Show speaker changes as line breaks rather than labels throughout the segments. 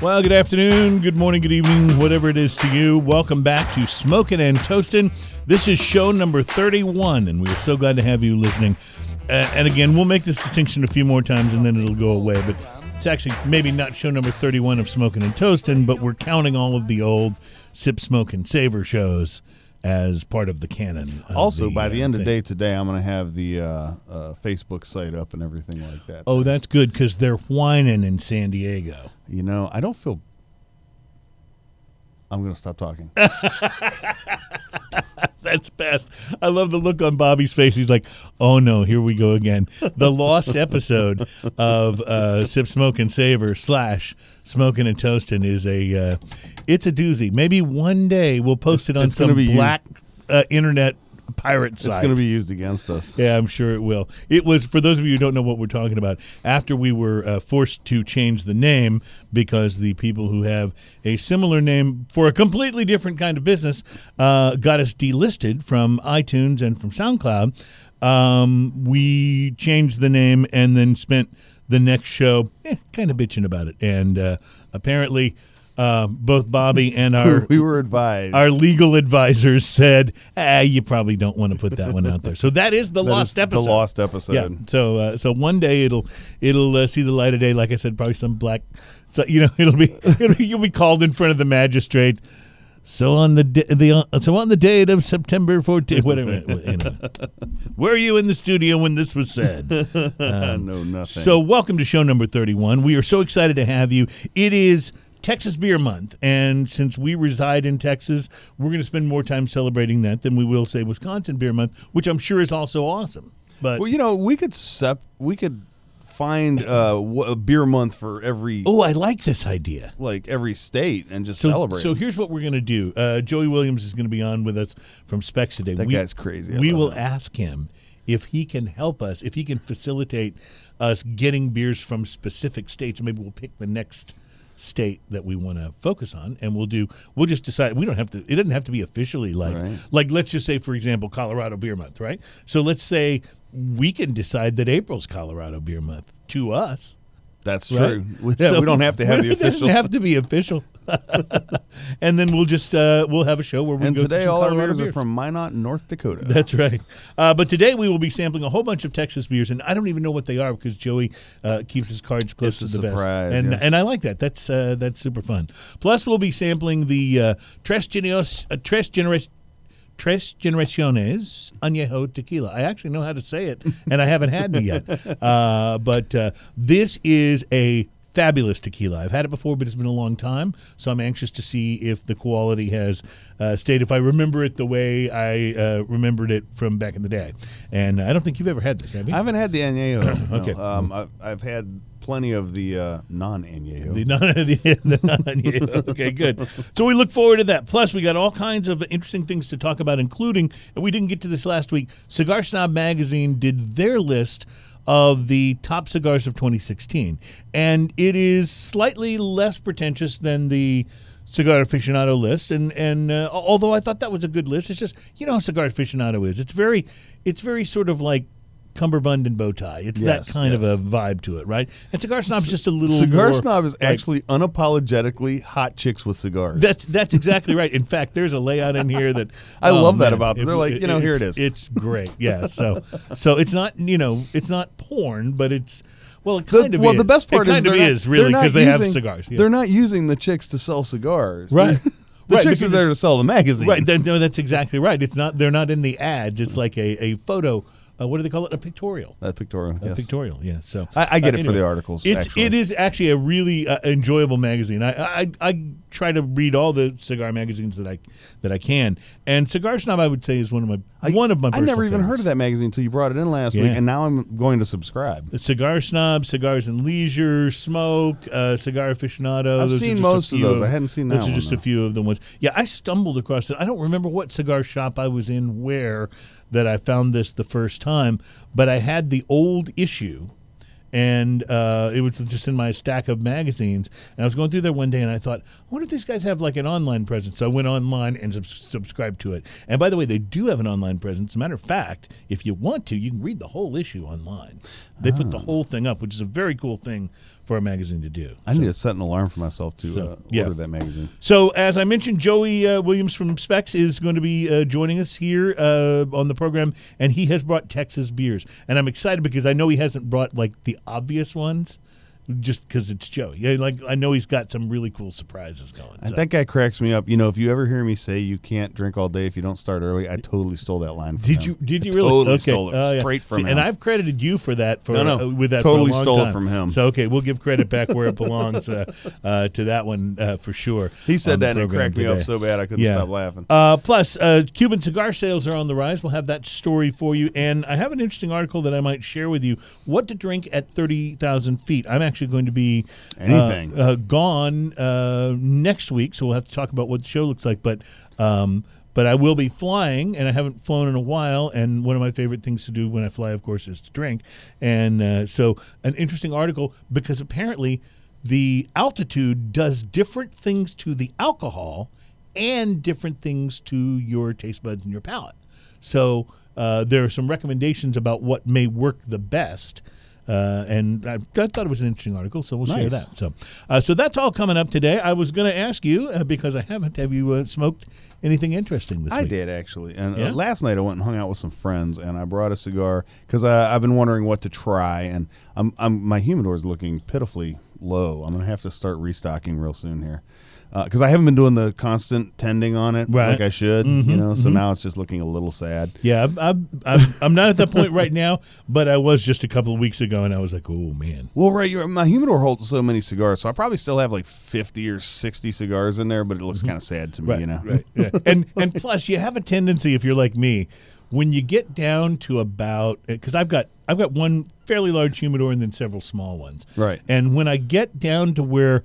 Well, good afternoon, good morning, good evening, whatever it is to you. Welcome back to Smoking and Toasting. This is show number 31, and we are so glad to have you listening. Uh, and again, we'll make this distinction a few more times and then it'll go away. But it's actually maybe not show number 31 of Smoking and Toasting, but we're counting all of the old Sip, Smoke, and Savor shows as part of the canon. of
Also, by the
uh,
end of
thing.
the day today, I'm going to have the uh, uh, Facebook site up and everything like that.
Oh, that's good because they're whining in San Diego.
you know, I don't feel. I'm going to stop talking.
That's best. I love the look on Bobby's face. He's like, "Oh no, here we go again." The lost episode of uh, "Sip, Smoke, and Savor" slash "Smoking and Toasting" is a uh, it's a doozy. Maybe one day we'll post it on
It's gonna
some
be used-
black uh, internet pirate site.
It's going to be used against us.
Yeah, I'm sure it will. It was for those of you who don't know what we're talking about. After we were uh, forced to change the name because the people who have a similar name for a completely different kind of business uh, got us delisted from iTunes and from SoundCloud, um, we changed the name and then spent the next show eh, kind of bitching about it. And uh, apparently, uh, both Bobby and our
We were advised.
our legal advisors said, ah, you probably don't want to put that one out there. So that is the
That is
lost episode.
The lost episode.
Yeah. So uh, so one day it'll it'll uh, see the light of day. Like I said, probably some black. So you know it'll be, it'll be you'll be called in front of the magistrate. So on the day, the uh, so on the date of September 14th, whatever. you know. Were you in the studio when this was said?
I know nothing.
Um, So, welcome to show number 31. We are so excited to have you. It is Texas Beer Month, and since we reside in Texas, we're going to spend more time celebrating that than we will say Wisconsin Beer Month, which I'm sure is also awesome. But
well, you know, we could sep- we could find uh, w- a beer month for every
oh, I like this idea.
like every state and just
So,
celebrate.
so here's what we're going to do. Uh, Joey Williams is going to be on with us from Specs today.
That guy's crazy. I
We
love
will
him.
ask him if he can help us, if he can facilitate us getting beers from specific states. Maybe we'll pick the next state that we want to focus on and we'll do we'll just decide we don't have to it doesn't have to be officially like
Right.
like let's just say for example Colorado beer month right so let's say we can decide that April's Colorado beer month to us
that's
right?
true. We- Yeah,
So-
we don't have to have the
It
official.
doesn't have to be official. and then we'll just uh, we'll have a show where we
and
go through
today,
some
all our
Colorado
beers are
beers.
from Minot, North Dakota.
That's right. Uh, but today we will be sampling a whole bunch of Texas beers, and I don't even know what they are because Joey uh, keeps his cards close
It's
to
a
the
surprise,
vest, and
yes.
and I like that. That's uh, that's super fun. Plus, we'll be sampling the uh, Tres Genios, uh, Tres Generos. Tres Generaciones Añejo Tequila. I actually know how to say it, and I haven't had any yet. Uh, but uh, this is a fabulous tequila. I've had it before, but it's been a long time, so I'm anxious to see if the quality has uh, stayed, if I remember it the way I uh, remembered it from back in the day. And I don't think you've ever had this, have you?
I haven't had the añejo. no.
Okay.
Um, I've, I've had plenty of the uh, non añejo.
The non- the- the non- yeah. okay, good. So we look forward to that. Plus, we got all kinds of interesting things to talk about, including, and we didn't get to this last week, Cigar Snob Magazine did their list of the top cigars of 2016. And it is slightly less pretentious than the cigar aficionado list and and uh, al- although I thought that was a good list it's just you know how cigar aficionado is it's very it's very sort of like cummerbund and bow tie it's
Yes,
that kind
yes.
of a vibe to it right and cigar snob's just a little
Cigar
more,
snob is
like,
actually unapologetically hot chicks with cigars.
that's that's exactly right. In fact, there's a layout in here that oh,
I love that about them.
if-
They're like, you know, here it
it's-
is.
It's great. Yeah. So so it's not you know it's not porn, but it's well it
The-
kind of
well,
is.
the best part
it
is
kind of
they're not-
is really
they're not
because they have
using-
cigars. Yeah.
They're not using the chicks to sell cigars.
Right.
They're- the
Right,
chicks are
because
there to
it's-
sell the magazine.
right. then- no, that's exactly right. It's not they're not in the ads. It's like a a photo. Uh, what do they call it? A pictorial.
That pictorial.
A
Yes.
pictorial, yeah. So uh,
I- I get it for the
anyway,
articles,
It's
actually.
it is actually a really uh, enjoyable magazine. I, I I try to read all the cigar magazines that I that I can, and Cigar Snob I would say is one of my
I,
one of my.
I never even heard of that magazine until you brought it in last week,
Yeah.
and now I'm going to subscribe.
Cigar Snob, Cigars and Leisure, Smoke, uh, Cigar Aficionado.
I've
those are
seen
just a
most of
few
those. I hadn't seen that
Those are
one,
just a
though.
few of the ones. Yeah, I stumbled across it. I don't remember what cigar shop I was in where that I found this the first time, but I had the old issue and uh, it was just in my stack of magazines. And I was going through there one day, and I thought, I wonder if these guys have like an online presence. So I went online and sub- subscribed to it. And by the way, they do have an online presence. As a matter of fact, if you want to, you can read the whole issue online. They put the whole thing up, which is a very cool thing for a magazine to do.
I need to set an alarm for myself to uh,
yeah.
order that magazine.
So, as I mentioned, Joey uh, Williams from Specs is going to be uh, joining us here uh, on the program, and he has brought Texas beers, and I'm excited because I know he hasn't brought like the obvious ones, just because it's Joey. Yeah, like I know he's got some really cool surprises going.
And
so.
that guy cracks me up. You know, if you ever hear me say you can't drink all day if you don't start early, I totally stole that line. From
Did
him.
you? Did you really?
Totally
okay.
stole it
Oh, yeah.
straight from
See,
him.
And I've credited you for that. For
No, no.
uh, with that
Totally
for a long
stole it
time.
from him.
So okay, we'll give credit back where it belongs uh, uh, to that one uh, for sure.
He
on
said
the
that and it
program
cracked me up
today.
so bad I couldn't
Yeah.
stop laughing.
Uh, plus, uh, Cuban cigar sales are on the rise. We'll have that story for you. And I have an interesting article that I might share with you what to drink at 30,000 feet. I'm actually going to be uh,
Anything.
Uh, gone uh, next week, so we'll have to talk about what the show looks like. But. Um, but I will be flying, and I haven't flown in a while. And one of my favorite things to do when I fly, of course, is to drink. And uh, so, an interesting article because apparently the altitude does different things to the alcohol and different things to your taste buds and your palate. So uh, there are some recommendations about what may work the best. Uh, and I, I thought it was an interesting article, so we'll share
Nice.
that. So, uh, so that's all coming up today. I was going to ask you uh, because I haven't. Have you uh, smoked anything interesting this
I
week?
did actually, and
Yeah?
uh, last night I went and hung out with some friends, and I brought a cigar because I've been wondering what to try, and I'm, I'm my humidor is looking pitifully low. I'm gonna have to start restocking real soon here, because I haven't been doing the constant tending on it
Right. Mm-hmm,
like I should, you know. So now it's just looking a little sad.
Yeah, I'm, I'm, I'm, I'm not at that point right now, but I was just a couple of weeks ago, and I was like, oh man.
Well, right, you're, my humidor holds so many cigars, so I probably still have like 50 or 60 cigars in there, but it looks kind of sad to
Mm-hmm.
me,
Right,
you know.
right. yeah. And and plus, you have a tendency if you're like me, when you get down to about because I've got I've got one fairly large humidor and then several small ones.
Right.
And when I get down to where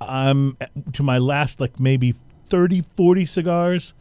I'm at- to my last like maybe 30, 40 cigars.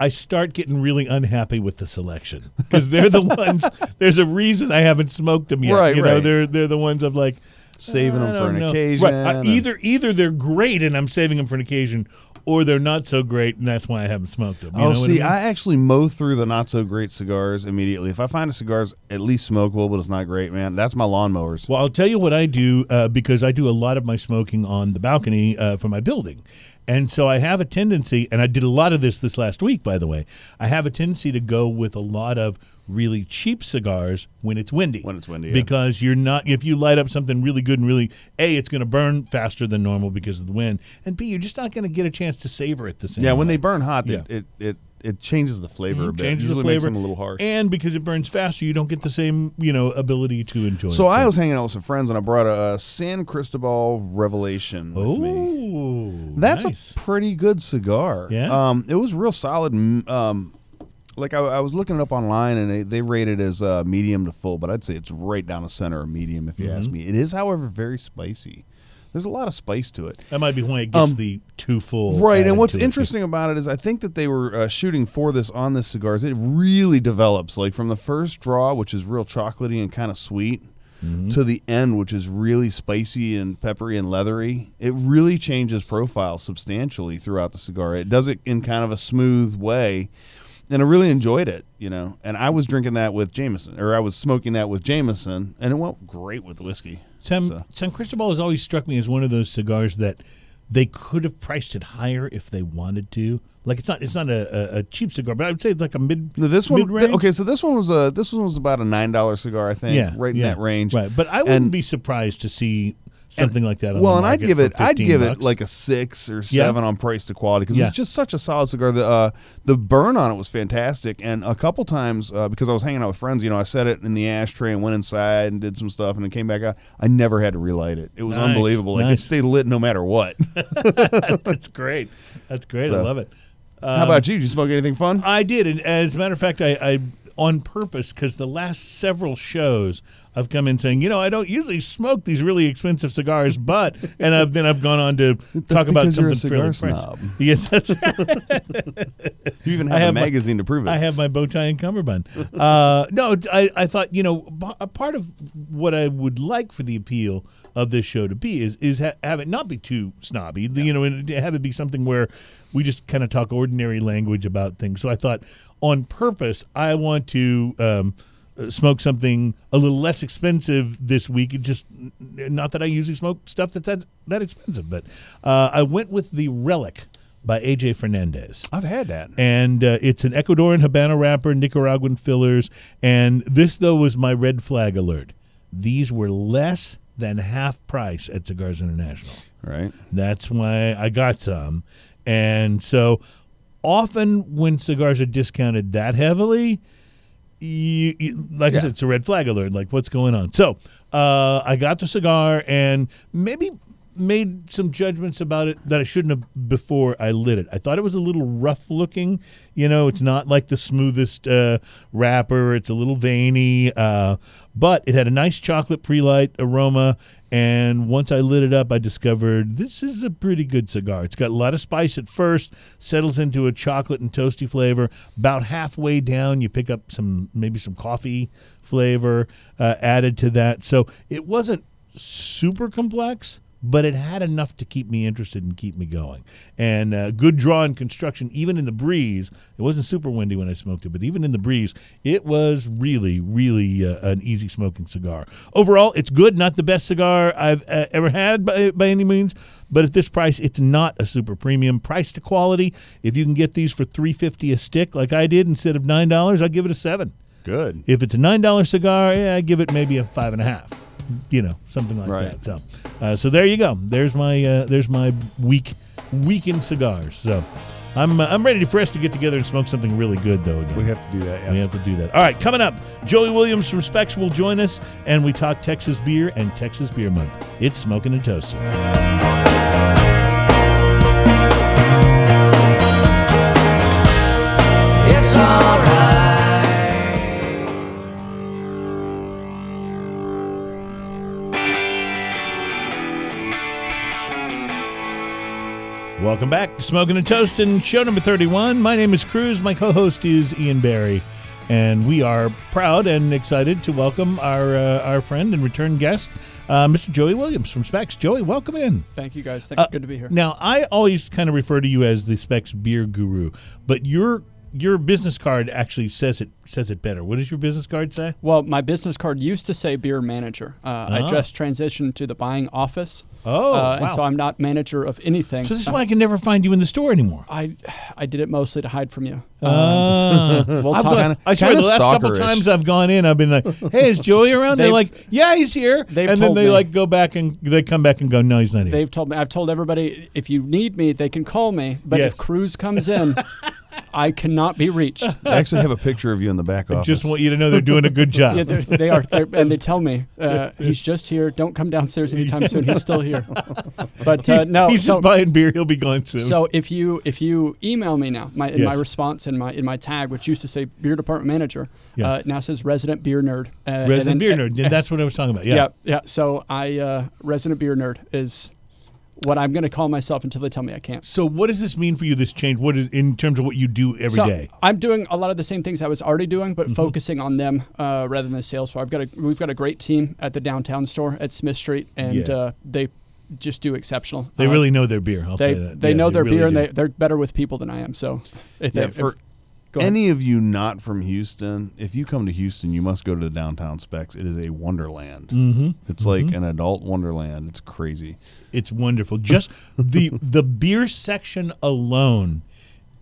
I start getting really unhappy with the selection because they're the ones. There's a reason I haven't smoked them yet.
Right,
you know,
right.
they're they're the ones of like,
Saving
I
them for
don't
an
know.
occasion.
Right. Uh,
and-
either either they're great and I'm saving them for an occasion, or they're not so great and that's why I haven't smoked them. You know
oh,
what I,
see,
mean?
I actually mow through the not so great cigars immediately. If I find a cigar's at least smokable, but it's not great, man, that's my lawnmowers.
well, I'll tell you what I do uh, because I do a lot of my smoking on the balcony uh, for my building, and so I have a tendency, and I did a lot of this this last week, by the way. I have a tendency to go with a lot of really cheap cigars when it's windy.
When it's windy, yeah.
because you're not if you light up something really good and really a it's going to burn faster than normal because of the wind, and b you're just not going to get a chance to savor it the same.
yeah, when
way.
they burn hot,
Yeah. Mm-hmm.
it, it it it changes the flavor a bit.
changes
Usually
the flavor
makes them a little harsh.
and because it burns faster you don't get the same you know ability to enjoy
so
it.
I was hanging out with some friends, and I brought a, uh San Cristobal Revelation with me.
oh
That's
nice.
a pretty good cigar.
Yeah?
Um, it was real solid. mm, Um, like I, I was looking it up online, and they, they rate it as uh, medium to full, but I'd say it's right down the center of medium. If you ask
Mm-hmm.
me, it is, however, very spicy. There's a lot of spice to it.
that might be why it gets the too full
Um, Right,
added
and what's
to it.
interesting about it is I think that they were uh, shooting for this on this cigar. Is it really develops like from the first draw, which is real chocolatey and kind of sweet,
Mm-hmm.
to the end, which is really spicy and peppery and leathery. It really changes profile substantially throughout the cigar. It does it in kind of a smooth way. And I really enjoyed it, you know. And I was drinking that with Jameson, or I was smoking that with Jameson, and it went great with whiskey.
San,
So-
San Cristobal has always struck me as one of those cigars that they could have priced it higher if they wanted to like it's not it's not a, a, a cheap cigar but I would say it's like a mid
No, this one.
mid-range.
th- okay, so this one was a this one was about a nine dollar cigar, I think.
yeah
right in
yeah,
that range.
right but I wouldn't
And-
be surprised to see something like that on
well,
the
and I'd
market
give
for
it, I'd
15
give
bucks.
it like a six or seven on price to quality because
Yeah.
it's just such a solid cigar. The uh, the burn on it was fantastic, and a couple times uh, because I was hanging out with friends, you know, I set it in the ashtray and went inside and did some stuff, and then came back out. I never had to relight it. It was
Nice,
unbelievable. Like
nice.
it stayed lit no matter what.
that's great that's great I
So-
love it Um,
How about you? Did you smoke anything fun?
I did, and as a matter of fact, I, I on purpose because the last several shows I've come in saying, you know, I don't usually smoke these really expensive cigars, but and I've then I've gone on to talk about
because
something
you're
fairly
a cigar
pricey.
snob.
Yes, that's right.
You even
I
have a
have my-
magazine to prove it.
I have my bow tie and cummerbund. Uh, no, I, I thought you know b- a part of what I would like for the appeal of this show to be is is ha- have it not be too snobby, you know, and have it be something where we just kind of talk ordinary language about things. So I thought on purpose, I want to. Um, uh, Smoke something a little less expensive this week. It just n- not that I usually smoke stuff that's that, that expensive, but uh, I went with the Relic by AJ Fernandez
I've had that.
and uh, it's an Ecuadorian Habana wrapper, Nicaraguan fillers, and this though was my red flag alert. These were less than half price at Cigars International.
Right.
That's why I got some, and so often when cigars are discounted that heavily. You, you- like I
Yeah.
said, it's a red flag alert. Like, what's going on? So, uh, I got the cigar and maybe made some judgments about it that I shouldn't have before I lit it. I thought it was a little rough looking. You know, it's not like the smoothest uh, wrapper. It's a little veiny, uh, but it had a nice chocolate pre-light aroma. And once I lit it up, I discovered this is a pretty good cigar. It's got a lot of spice at first, settles into a chocolate and toasty flavor. About halfway down, you pick up some maybe some coffee flavor uh, added to that. So it wasn't super complex, but it had enough to keep me interested and keep me going. And uh, good draw and construction, even in the breeze. It wasn't super windy when I smoked it, but even in the breeze, it was really, really uh, an easy smoking cigar. Overall, it's good. Not the best cigar I've uh, ever had by, by any means, but at this price, it's not a super premium. Price to quality. If you can get these for three fifty a stick, like I did, instead of nine dollars, I'd give it a seven.
Good.
If it's a nine dollar cigar, yeah, I give it maybe a five and a half, you know, something like
Right.
that. So, uh, so there you go. There's my uh, there's my week weekend cigars. So, I'm uh, I'm ready for us to get together and smoke something really good though. Again.
We have to do that. Yes.
We have to do that. All right, coming up, Joey Williams from Specs will join us, and we talk Texas beer and Texas Beer Month. It's smoking and toasting.
It's alright.
Welcome back to Smoking and Toasting, show number 31. My name is Cruz. My co host is Ian Barry. And we are proud and excited to welcome our uh, our friend and return guest, uh, Mr. Joey Williams from Specs. Joey, welcome in.
Thank you guys. Thank
Uh,
good to be here.
Now, I always kind of refer to you as the Specs beer guru, but your your business card actually says it says it better. What does your business card say?
well, my business card used to say beer manager. Uh,
Ah.
I just transitioned to the buying office.
Oh,
uh,
wow.
and so I'm not manager of anything. Uh,
So this is why I can never find you in the store anymore.
I I did it mostly to hide from you. Um,
Ah.
we'll
I've
talk-
gone-
Kinda-
I swear, the
kinda
last couple
stalkerish.
times I've gone in, I've been like, "Hey, is Joey around?" They're
They've-
like, "Yeah, he's here," and
they've
then
told
they
me.
like go back and they come back and go, "No, he's not here."
They've told me I've told everybody if you need me, they can call me. But
Yes.
if Cruz comes in, I cannot be reached.
I actually have a picture of you in the back office.
Just want you to know they're doing a good job.
Yeah, they're, they are, they're, and they tell me uh, he's just here. Don't come downstairs anytime soon. He's still here. But uh, no,
he's
so-
just buying beer. He'll be gone soon.
So if you if you email me now, my in my
Yes.
response in my in my tag, which used to say beer department manager,
Yeah.
uh, now says resident beer nerd. Uh, and
resident
then-
beer nerd. Yeah, that's what I was talking about. Yeah.
Yeah. yeah, So I uh, resident beer nerd is what I'm going to call myself until they tell me I can't.
So what does this mean for you? This change, what is in terms of what you do every
so
day? Mm-hmm.
I'm doing a lot of the same things I was already doing, but focusing on them uh, rather than the sales floor. I've got a we've got a great team at the downtown store at Smith Street, and
Yeah.
uh, they just do exceptional.
They
Uh,
really know their beer. I'll say
they
that
they
Yeah,
know their
really
beer, and
do.
they they're better with people than I am. So if
yeah,
they-
for
go ahead.
any of you not from Houston, if you come to Houston, you must go to the downtown specs. It is a wonderland. Mm-hmm. It's like an adult wonderland. It's crazy.
it's wonderful. Just the the beer section alone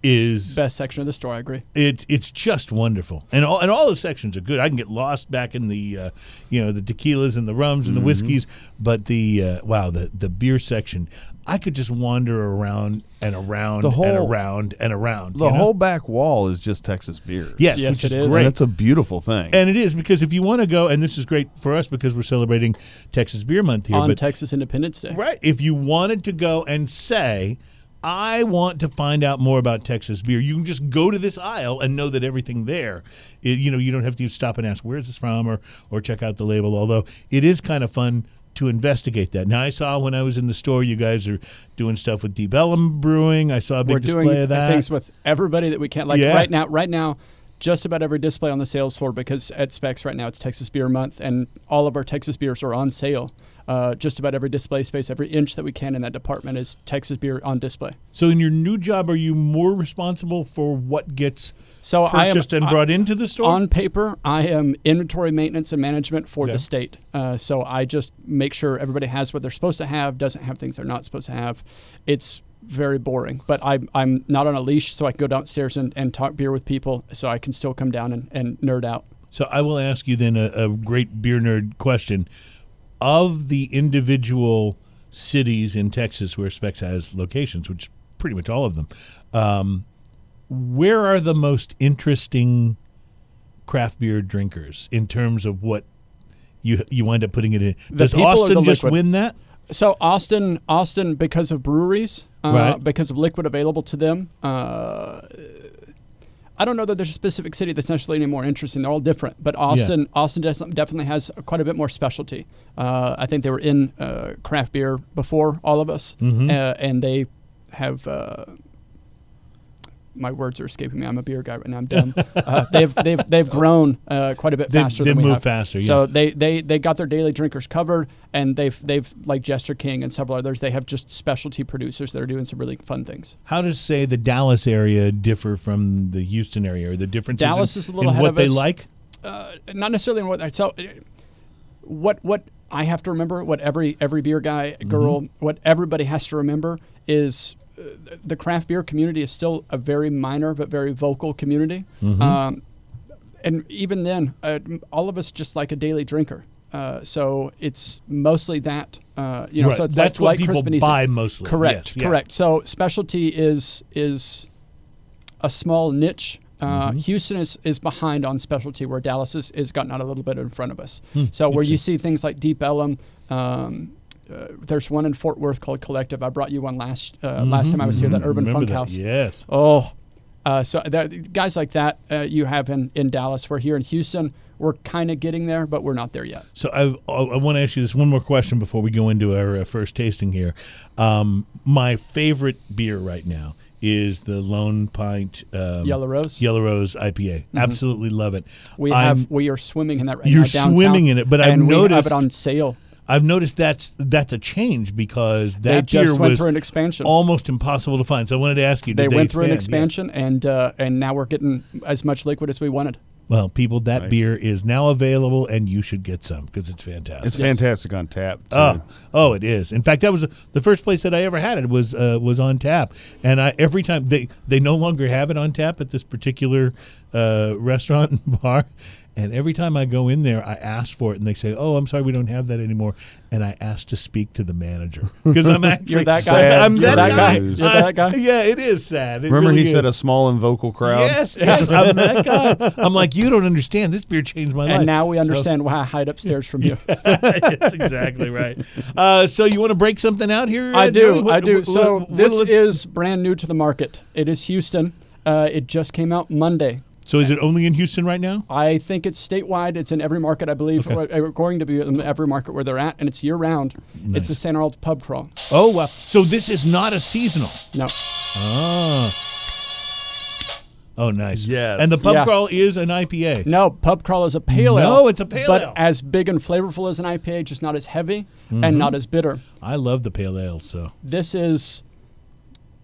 is
best section of the store. I agree.
it it's just wonderful, and all and all the sections are good. I can get lost back in the uh, you know the tequilas and the rums and the whiskeys, but the uh, wow the the beer section, I could just wander around and around
The
and
whole-
around and around.
The
you know?
whole back wall is just Texas beer.
yes,
Yes,
which
it
is
is.
great.
That's a beautiful thing.
and it is because if you want to go, and this is great for us because we're celebrating Texas Beer Month here.
on
but
Texas Independence Day.
Right. If you wanted to go and say, I want to find out more about Texas beer. You can just go to this aisle and know that everything there. It- you know, you don't have to stop and ask where is this from or or check out the label. Although it is kind of fun to investigate that. Now I saw when I was in the store, you guys are doing stuff with Deep Ellum Brewing. I saw a big
We're
display
doing
of that.
things with everybody that we can. Like
Yeah.
right now, right now, just about every display on the sales floor because at Specs right now it's Texas Beer Month and all of our Texas beers are on sale. Uh, just about every display space, every inch that we can in that department is Texas beer on display.
So in your new job, are you more responsible for what gets
So I am
purchased and brought into the store?
on paper. I am inventory maintenance and management for
Okay.
the state. Uh, so I just make sure everybody has what they're supposed to have, doesn't have things they're not supposed to have. It's very boring, but I'm, I'm not on a leash, so I can go downstairs and, and talk beer with people, so I can still come down and, and nerd out.
so I will ask you then a, a great beer nerd question: of the individual cities in Texas where Specs has locations, which is pretty much all of them, um, where are the most interesting craft beer drinkers in terms of what? You, you wind up putting it in. Does
people or
Austin
the
just
liquid?
win that?
So Austin, Austin, because of breweries, uh,
Right.
because of liquid available to them. Uh, I don't know that there's a specific city that's necessarily any more interesting. They're all different, but Austin, Austin des- definitely has quite a bit more specialty. Uh, I think they were in uh, craft beer before all of us, uh, and they have. Uh, my words are escaping me. I'm a beer guy right now. I'm dumb. uh, they've, they've, they've grown uh, quite a bit
They-
faster
they
than we
move
have.
faster, yeah.
So they, they they got their daily drinkers covered, and they've they've like Jester King and several others. They have just specialty producers that are doing some really fun things.
How does say the Dallas area differ from the Houston area, or the differences
Dallas
in,
is a little
in
ahead
what
of
they
us.
like?
Uh, not necessarily in what so uh, what what I have to remember, what every every beer guy
Mm-hmm.
girl, what everybody has to remember is. uh, The craft beer community is still a very minor but very vocal community.
Mm-hmm.
Um, and even then, uh, m- all of us just like a daily drinker. Uh, so it's mostly that. Uh, you know,
Right.
so it's
That's
like,
what
like
people
Chris Benisi.
buy mostly.
Correct.
Yes, yeah.
Correct. So specialty is is a small niche. Uh,
Mm-hmm.
Houston is, is behind on specialty, where Dallas is, is gotten out a little bit in front of us.
Hmm,
so where you see things like Deep Ellum, um, uh, there's one in Fort Worth called Collective. I brought you one last uh, last time I was here. That Urban
Mm-hmm. Remember
Funk
that? Yes.
House. Oh, uh, so that, guys like that uh, you have in, in Dallas. We're here in Houston. We're kind of getting there, but we're not there yet.
So I've, I, I want to ask you this one more question before we go into our uh, first tasting here. Um, my favorite beer right now is the Lone Pint um,
Yellow Rose? Mm-hmm.
Yellow Rose IPA. Absolutely love it.
We
I'm-
have we are swimming in that right
You're
now. downtown,
swimming in it, but I've
and we have
noticed-
it on sale.
I've noticed that's that's a change because that
they
beer
just went
was
through an expansion.
almost impossible to find. So I wanted to ask you,
they
did
went through an
expand? Yes.
expansion, and uh, and now we're getting as much liquid as we wanted.
Well, people, that
Nice.
beer is now available, and you should get some because it's fantastic.
It's fantastic on tap. Too.
Oh, oh, it is. In fact, that was the first place that I ever had it was uh, was on tap, and I every time they they no longer have it on tap at this particular uh, restaurant and bar, and every time I go in there, I ask for it, and they say, "Oh, I'm sorry, we don't have that anymore," and I ask to speak to the manager because I'm actually
that guy.
I'm
You're
that
that
guy.
guy. You're that guy.
Yeah, it is sad. It
Remember,
really
he said a
is.
small and vocal crowd.
Yes, yes, I'm that guy. I'm like, you don't understand. This beer changed my life.
And now we
So-
understand why I hide upstairs from you.
That's exactly right. Uh, so you want to break something out here?
I
uh,
do.
Joey? What-
I do.
what-
so
what-
this
what-
is brand new to the market. It is Houston. Uh, it just came out Monday.
So is it only in Houston right now?
I think it's statewide. It's in every market, I believe.
Okay.
We're- We're going to be in every market where they're at, and it's year round. It's a St. Arnold's pub crawl.
Oh wow! So this is not a seasonal.
No,
Oh. Oh, nice.
Yes.
And the pub
Yeah.
crawl is an IPA.
no, pub crawl is a pale ale.
No, it's a pale
but
ale.
as big and flavorful as an IPA, just not as heavy
Mm-hmm.
and not as bitter.
I love the pale ale. So
This is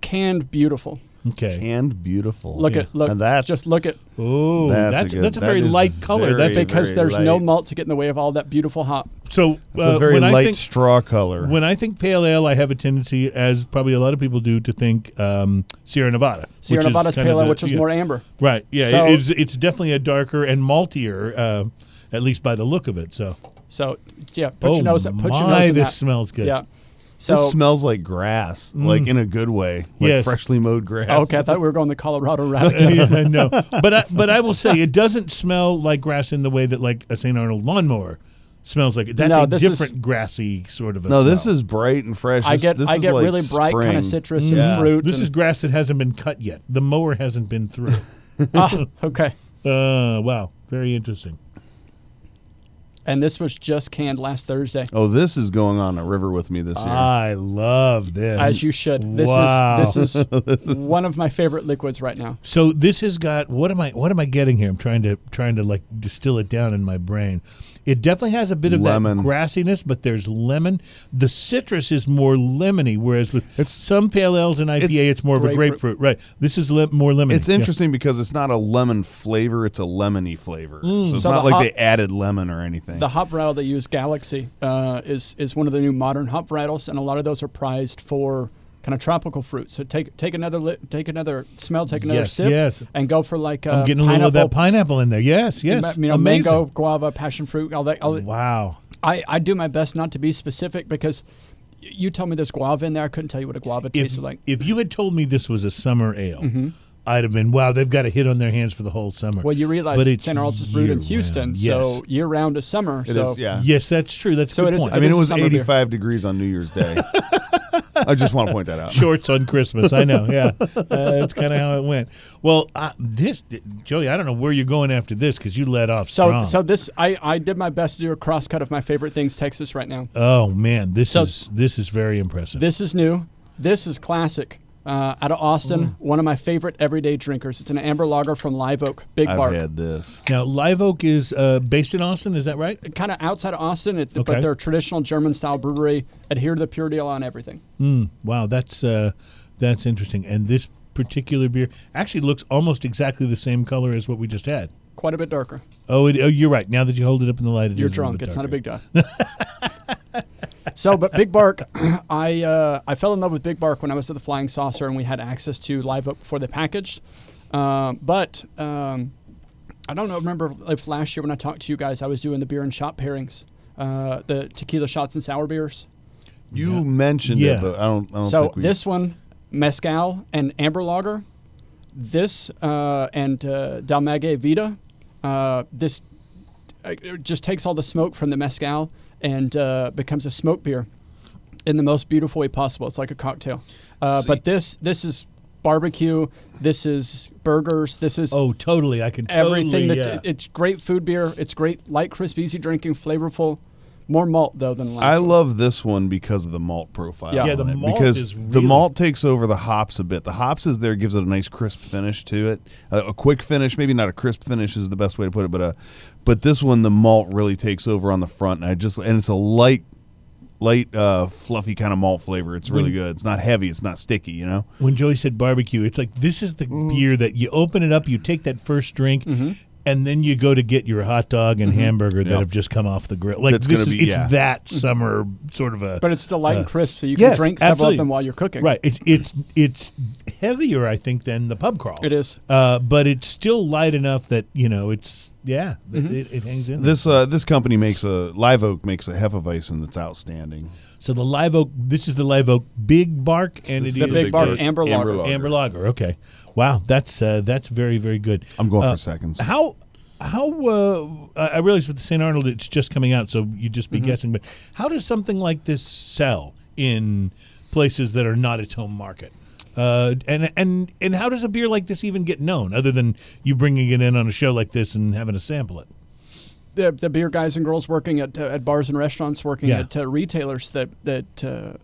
canned beautiful.
okay.
And beautiful.
Look at look.
And that's
just look at
Oh, that's
That's a
that's a,
good- that
very
is
light color.
very-
that's
because
very
there's no
light.
malt to get in the way of all that beautiful hop.
so.
It's
uh,
a very
when I
light
think,
straw color.
when I think pale ale, I have a tendency, as probably a lot of people do, to think um, Sierra Nevada.
Sierra
which is
Nevada's
kind of
pale ale,
the-
which is
yeah.
more amber.
Right. Yeah.
So-
it's it's definitely a darker and maltier, uh, at least by the look of it. So
So yeah, put
Oh
your nose. Put your
my,
nose in
this
that.
smells good.
Yeah. So
this smells like grass, like in a good way, like
Mm. Yes.
freshly mowed grass.
okay, I thought we were going the Colorado route. again.
yeah, no, but I, but I will say it doesn't smell like grass in the way that like a St. Arnold lawnmower smells like it. That's
No,
a
this is-
different grassy sort of a
No,
smell.
this is bright and fresh.
I
This-
get
this
I
is
get
like
really bright kind
spring.
of citrus
Yeah.
and fruit.
This
and-
is grass that hasn't been cut yet. The mower hasn't been through.
ah, okay.
uh, wow, very interesting.
And this was just canned last Thursday,
Oh, this is going on a river with me this
Uh,
year.
I love this.
as you should. This
Wow.
is this is, one of my favorite liquids right now.
So this has got what am I what am I getting here? I'm trying to trying to like distill it down in my brain. It definitely has a bit of
Lemon.
that grassiness, but there's lemon. The citrus is more lemony, whereas with
It's-
some pale ales and IPA, it's,
it's
more of a
grapefruit.
grapefruit. Right. This is le- more lemony.
It's
Yeah.
interesting because it's not a lemon flavor; it's a lemony flavor. So it's
Mm, So
not
the
like
hop-
they added lemon or anything.
The hop varietal they use, Galaxy, uh, is is one of the new modern hop varietals, and a lot of those are prized for kind of tropical fruit. So take take another li- take another smell, take another
Yes,
sip,
yes.
and go for like
I'm
a
getting a
pineapple,
little of that pineapple in there. Yes, yes.
you know,
Amazing.
mango, guava, passion fruit, all that. All that.
Wow.
I, I do my best not to be specific because y- you told me there's guava in there. I couldn't tell you what a guava
If,
tasted like. Mm-hmm.
if you had told me this was a summer ale, I'd have been wow. They've got a hit on their hands for the whole summer.
Well, you realize
but it's
St. Arnold's is brewed in
year-round.
Houston,
Yes.
so year round is summer.
It
so
is, yeah.
Yes, that's true. That's a
So
good
it is-
point.
I mean,
is
it
a
was
summer beer.
85 degrees on New Year's Day. I just want to point that out.
shorts on Christmas. I know. Yeah, uh, that's kind of how it went. Well, I, this Joey, I don't know where you're going after this because you let off
So,
strong.
so this I, I did my best to do a cross cut of my favorite things Texas right now.
oh man, this
So-
is this is very impressive.
This is new. This is classic. Uh, out of Austin,
Mm.
one of my favorite everyday drinkers. It's an amber lager from Live Oak, Big
I've
Bark.
had this.
now, Live Oak is uh, based in Austin. Is that right?
Kind of outside of Austin, it,
Okay.
but they're a traditional German style brewery. Adhere to the purity law and everything.
Wow, that's uh, that's interesting. And this particular beer actually looks almost exactly the same color as what we just had.
Quite a bit darker.
Oh, it, oh you're right. Now that you hold it up in the light, it
You're
is little
drunk.
bit
It's not a
darker.
big deal. so, but Big Bark, I uh, I fell in love with Big Bark when I was at the Flying Saucer, and we had access to Live Oak before they packaged. Um, but um, I don't know. Remember, like last year when I talked to you guys, I was doing the beer and shot pairings, uh, the tequila shots and sour beers.
You mentioned
Yeah.
it, but I don't. I don't
So
think we,
this one, mezcal and amber lager. This uh, and uh, Dalmage Vita. Uh, this uh, it just takes all the smoke from the mezcal and uh, becomes a smoke beer in the most beautiful way possible. It's like a cocktail. Uh,
See-
but this this is barbecue. This is burgers. This is
Oh, totally. I can totally.
everything that
yeah.
it's great food beer. It's great, light, crisp, easy drinking, flavorful. More malt though than last.
I
one.
love this one because of the malt profile.
Yeah. Yeah,
the
on it,
malt
because
is
the
really-
malt takes over the hops a bit. The hops is there gives it a nice crisp finish to it, a, a quick finish. Maybe not a crisp finish is the best way to put it, but uh, but this one the malt really takes over on the front, and I just and it's a light, light, uh, fluffy kind of malt flavor. It's really good. It's not heavy. It's not sticky. You know.
when Joey said barbecue, it's like this is the beer that you open it up, you take that first drink, and then you go to get your hot dog and hamburger that
Yeah.
have just come off the grill. Like
That's
this
gonna
is,
be-
it's
yeah.
that summer sort of a
But it's still light and
Uh,
crisp, so you
yes,
can drink several
absolutely.
of them while you're cooking.
right. It's it's it's heavier, I think, than the pub crawl.
It is.
uh, but it's still light enough that you know it's yeah, that it, it hangs in. there.
This uh, this company makes a Live Oak makes a hefeweizen that's outstanding.
So the live oak. This is the live oak big bark, and it
This is
is
the big
a-
bark amber lager.
Amber lager. Okay. Wow, that's uh, that's very very good.
I'm going
Uh,
for seconds.
How how uh, I I realize with the St. Arnold it's just coming out, so you'd just be guessing. But how does something like this sell in places that are not its home market? Uh, and and and how does a beer like this even get known, other than you bringing it in on a show like this and having to sample it?
the, the beer guys and girls working at, uh, at bars and restaurants, working
Yeah.
at uh, retailers. That that uh,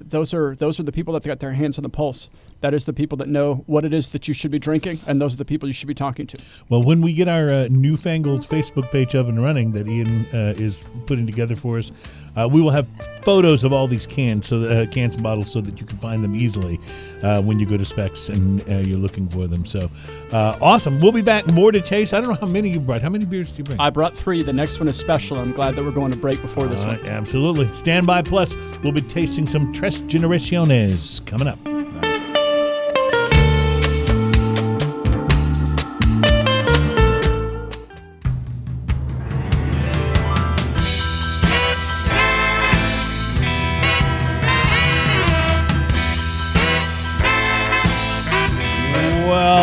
those are those are the people that got their hands on the pulse. That is the people that know what it is that you should be drinking, and those are the people you should be talking to.
Well, when we get our uh, newfangled Facebook page up and running that Ian uh, is putting together for us, uh, we will have photos of all these cans, so uh, cans and bottles, so that you can find them easily uh, when you go to Specs and uh, you're looking for them. So, uh, awesome! We'll be back more to taste. I don't know how many you brought. How many beers did you bring?
I brought three. The next one is special. I'm glad that we're going to break before this
All
one.
right, absolutely. Stand by. Plus, we'll be tasting some Tres Generaciones coming up.
Nice.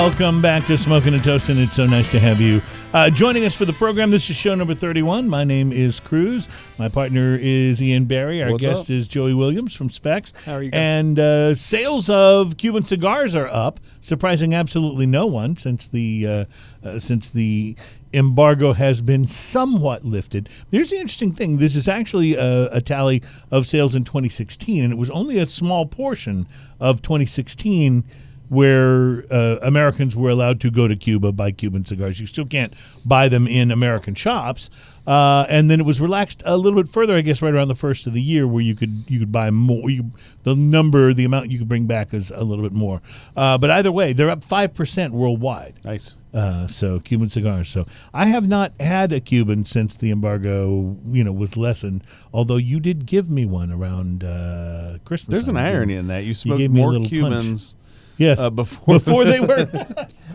Welcome back to Smoking and Toasting. It's so nice to have you uh, joining us for the program. This is show number 31. My name is Cruz. My partner is Ian Barry. Our
What's
guest
up?
is Joey Williams from Specs.
How are you guys?
And uh, sales of Cuban cigars are up, surprising absolutely no one since the uh, uh, since the embargo has been somewhat lifted. Here's the interesting thing: this is actually a, a tally of sales in 2016, and it was only a small portion of 2016 where uh, Americans were allowed to go to Cuba buy Cuban cigars. You still can't buy them in American shops. Uh, and then it was relaxed a little bit further, I guess, right around the first of the year, where you could you could buy more. You, the number, the amount you could bring back is a little bit more. Uh, but either way, they're up five percent worldwide.
Nice.
Uh, so Cuban cigars. So I have not had a Cuban since the embargo, you know, was lessened. Although you did give me one around uh, Christmas.
There's an
time.
irony in that. You smoked
gave me a
more
little punch.
Cubans
Yes.
uh, before.
before they were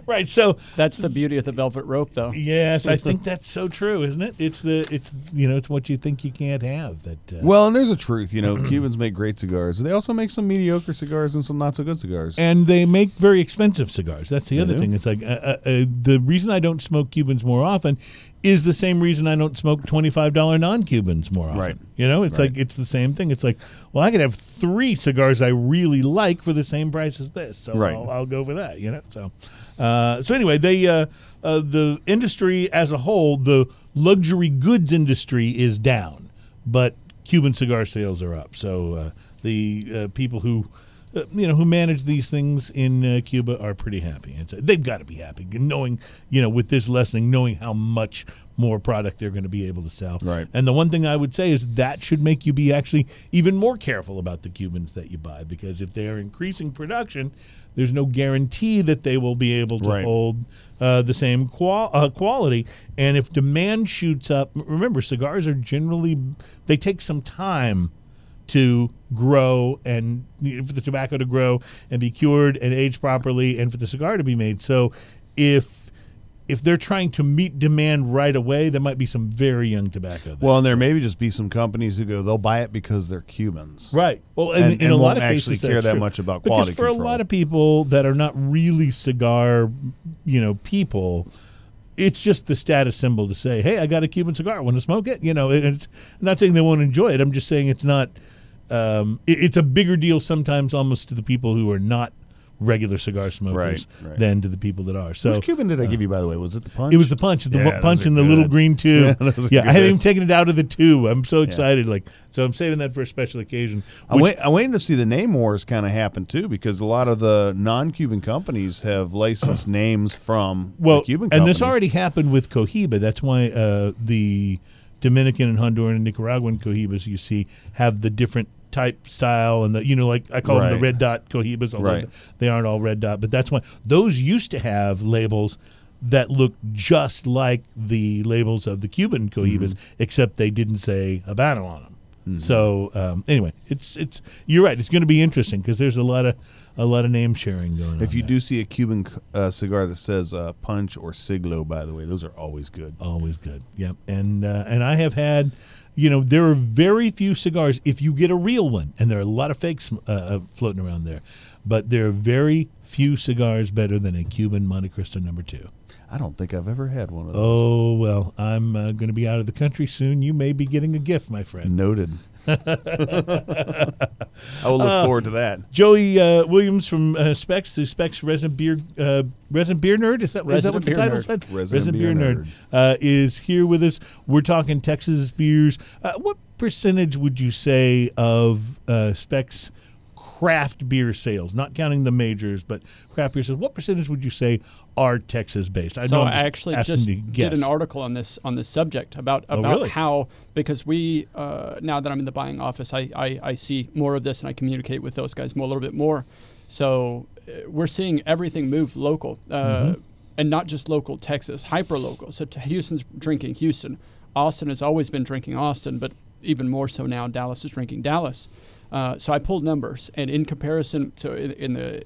right. So
That's the beauty of the velvet rope, though.
yes, I think that's so true, isn't it? It's the it's you know it's what you think you can't have that. Uh,
well, and there's a truth. You know, Cubans make great cigars, but they also make some mediocre cigars and some not so good cigars.
and they make very expensive cigars. That's the other
do?
thing. It's like uh, uh, uh, the reason I don't smoke Cubans more often is the same reason I don't smoke twenty-five dollar non-Cubans more often.
Right.
You know, it's
Right.
like it's the same thing. It's like, well, I could have three cigars I really like for the same price as this, so
Right.
I'll, I'll go for that. You know, so uh, so anyway, they uh, uh, the industry as a whole, the luxury goods industry is down, but Cuban cigar sales are up. So uh, the uh, people who uh, you know who manage these things in uh, Cuba are pretty happy. And so they've got to be happy, knowing you know with this lessening, knowing how much more product they're going to be able to sell.
Right.
And the one thing I would say is that should make you be actually even more careful about the Cubans that you buy because if they are increasing production, there's no guarantee that they will be able to
Right.
hold uh, the same qual- uh, quality. And if demand shoots up, remember cigars are generally they take some time to grow and for the tobacco to grow and be cured and age properly and for the cigar to be made. So if if they're trying to meet demand right away, there might be some very young tobacco. There.
Well, and there maybe just be some companies who go, they'll buy it because they're Cubans.
Right. Well, and,
And-
in
and
a lot
won't
of cases,
actually care
that's
that
true.
much about
because
quality
for a
control.
lot of people that are not really cigar, you know, people, it's just the status symbol to say, "Hey, I got a Cuban cigar. Want to smoke it?" You know, and it's I'm not saying they won't enjoy it. I'm just saying it's not. Um, it- it's a bigger deal sometimes, almost to the people who are not regular cigar smokers
Right, right.
than to the people that are. So
Which Cuban did I give you, by the way? Was it the punch?
it was the punch, the
Yeah,
one-
those
punch
are
in the little
good.
green tube.
Yeah,
Yeah,
those are
I haven't
good.
even taken it out of the tube. I'm so excited. Like, so I'm saving that for a special occasion.
I'm,
which-
wait, I'm waiting to see the name wars kind of happen too, because a lot of the non-Cuban companies have licensed names from
well,
the Cuban
and
companies.
this already happened with Cohiba. That's why uh, the Dominican and Honduran and Nicaraguan Cohibas you see have the different type style and the you know like I call them the
Right.
red dot Cohibas. Although
Right.
They aren't all red dot, but that's why those used to have labels that looked just like the labels of the Cuban
Mm-hmm.
Cohibas, except they didn't say Habano on them. So um, anyway, it's it's you're right. It's going to be interesting because there's a lot of a lot of name sharing going on.
If you
there.
do see a Cuban c- uh, cigar that says uh, punch or siglo, by the way, those are always good.
Always good. Yep. And uh, and I have had, you know, there are very few cigars if you get a real one, and there are a lot of fakes uh, uh, floating around there, but there are very few cigars better than a Cuban Monte Cristo number two.
I don't think I've ever had one of those.
Oh well, I'm uh, going to be out of the country soon. You may be getting a gift, my friend.
Noted. I will look
Uh,
forward to that.
Joey uh, Williams from uh, Specs, the Specs Resident Beer uh, Resident Beer Nerd. Is that, is that
Resident
what the
Beer
title
Nerd.
said?
Resident Beer Nerd.
uh, is here with us. We're talking Texas beers. Uh, what percentage would you say of uh, Specs craft beer sales, not counting the majors, but craft beer sales? What percentage would you say are Texas based? I
so
I'm
I actually
asking
just
you to
did
guess. Oh,
an article on this on this subject about about
really?
how because we uh, now that I'm in the buying office, I, I I see more of this and I communicate with those guys more a little bit more. So uh, we're seeing everything move local, uh,
Mm-hmm.
and not just local Texas, hyper local. So t- Houston's drinking Houston, Austin has always been drinking Austin, but even more so now Dallas is drinking Dallas. Uh, so I pulled numbers, and in comparison, so in, in the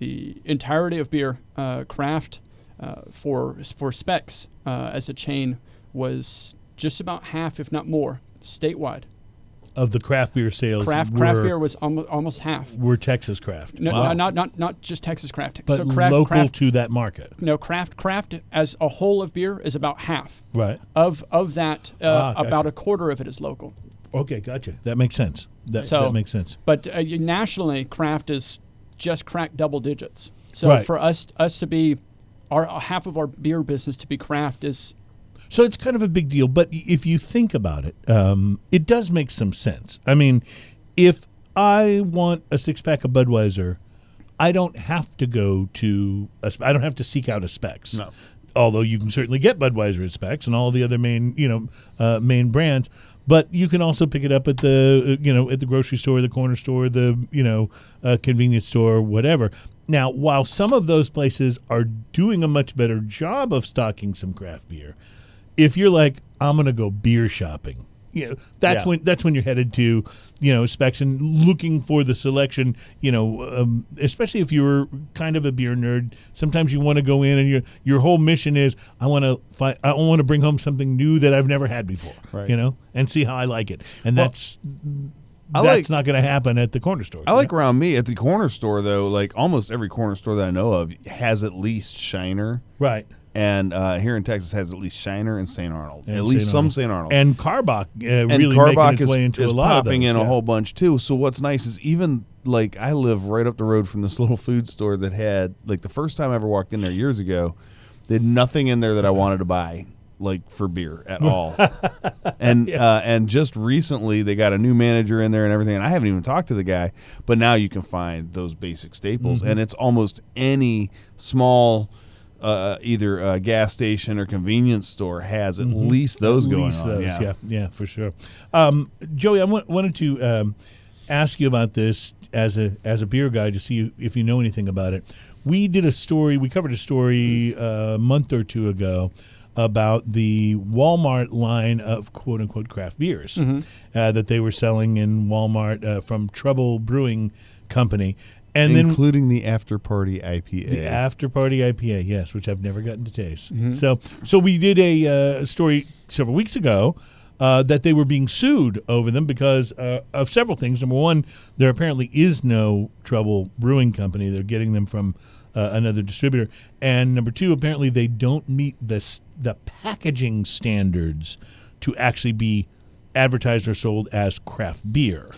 the entirety of beer uh, craft uh, for for specs uh, as a chain was just about half, if not more, statewide.
of the craft beer sales
Craft
were,
craft beer was almost, almost half.
were Texas craft,
No,
Wow.
no, not not not just Texas craft.
but
so craft,
local
craft,
to that market.
no craft craft as a whole of beer is about half.
Right.
Of of that, uh,
Ah, gotcha.
about a quarter of it is local.
Okay, gotcha. That makes sense. That,
So-
that makes sense.
But uh, you- nationally, craft is just cracked double digits. So
Right.
for us us to be our half of our beer business to be craft is
So it's kind of a big deal, but y- if you think about it, um, it does make some sense. I mean, if I want a six pack of Budweiser, I don't have to go to, a, sp- I don't have to seek out a Specs.
No.
Although you can certainly get Budweiser at Specs and all the other main, you know, uh, main brands, but you can also pick it up at the, uh, you know, at the grocery store, the corner store, the, you know, uh, convenience store, whatever. Now, while some of those places are doing a much better job of stocking some craft beer, if you're like, I'm gonna go beer shopping, you know, that's
Yeah.
when that's when you're headed to, you know, specs and looking for the selection. You know, um, especially if you're kind of a beer nerd, sometimes you want to go in and your your whole mission is, I want to find, I want to bring home something new that I've never had before,
Right.
you know, and see how I like it. And
Well,
that's
I
that's
like-
not gonna happen at the corner store.
I like around me at the corner store though. Like almost every corner store that I know of has at least Shiner,
right.
and uh, here in Texas has at least Shiner and St. Arnold.
And
at least
St.
some
Arnold.
St. Arnold.
And Carbach uh,
and
really
Carbach
making its
is,
way into
is
a lot of
popping
those,
in a
yeah.
whole bunch too. So what's nice is even like I live right up the road from this little food store that had like the first time I ever walked in there years ago, they had nothing in there that I wanted to buy like for beer at all. and uh, and just recently they got a new manager in there and everything. And I haven't even talked to the guy, but now you can find those basic staples,
Mm-hmm.
and it's almost any small. Uh, either uh gas station or convenience store has at least those
Mm-hmm. At
going
least
on.
those, yeah, yeah, for sure. Um, Joey, I wa- wanted to um, ask you about this as a as a beer guy to see if you know anything about it. We did a story. We covered a story uh, a month or two ago about the Walmart line of quote unquote craft beers
Mm-hmm.
uh, that they were selling in Walmart uh, from Trouble Brewing Company, and then
including the after party IPA.
the after party IPA, yes, which I've never gotten to taste. So, so we did a uh, story several weeks ago uh, that they were being sued over them because uh, of several things. Number one, there apparently is no Trouble Brewing Company; they're getting them from uh, another distributor. And number two, apparently they don't meet the s- the packaging standards to actually be advertised or sold as craft beer.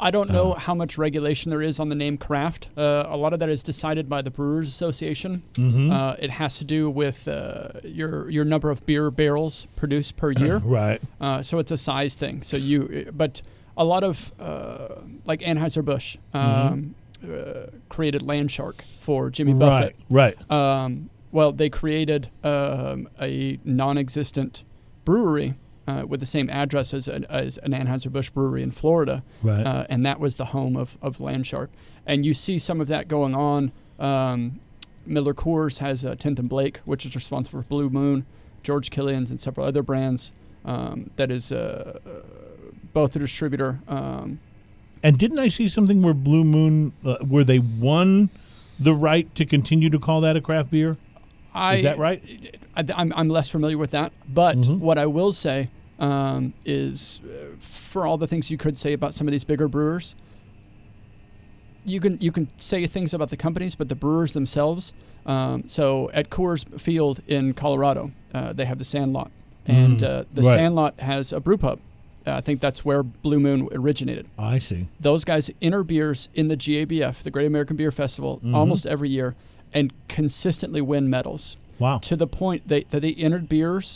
I don't know how much regulation there is on the name craft. Uh, a lot of that is decided by the Brewers Association. Uh, it has to do with uh, your your number of beer barrels produced per year.
Right.
Uh, so it's a size thing. So you, but a lot of uh, like Anheuser Busch um, uh, created Land Shark for Jimmy
Right.
Buffett.
Right.
Um, well, they created um, a non-existent brewery uh, with the same address as an, as an Anheuser-Busch brewery in Florida,
Right.
uh, and that was the home of, of Landshark. And you see some of that going on. Um, Miller Coors has uh, 10th and Blake, which is responsible for Blue Moon, George Killian's, and several other brands. Um, that is uh, uh, both a distributor. Um,
And didn't I see something where Blue Moon, uh, where they won the right to continue to call that a craft beer?
I,
Is that right?
I, I'm, I'm less familiar with that. But what I will say um, is, uh, for all the things you could say about some of these bigger brewers, you can you can say things about the companies, but the brewers themselves. Um, so at Coors Field in Colorado, uh, they have the Sandlot, and uh, the
right.
Sandlot has a brew pub. Uh, I think that's where Blue Moon originated
I see.
those guys enter beers in the GABF, the Great American Beer Festival, almost every year, and consistently win medals
Wow.
to the point they, that they entered beers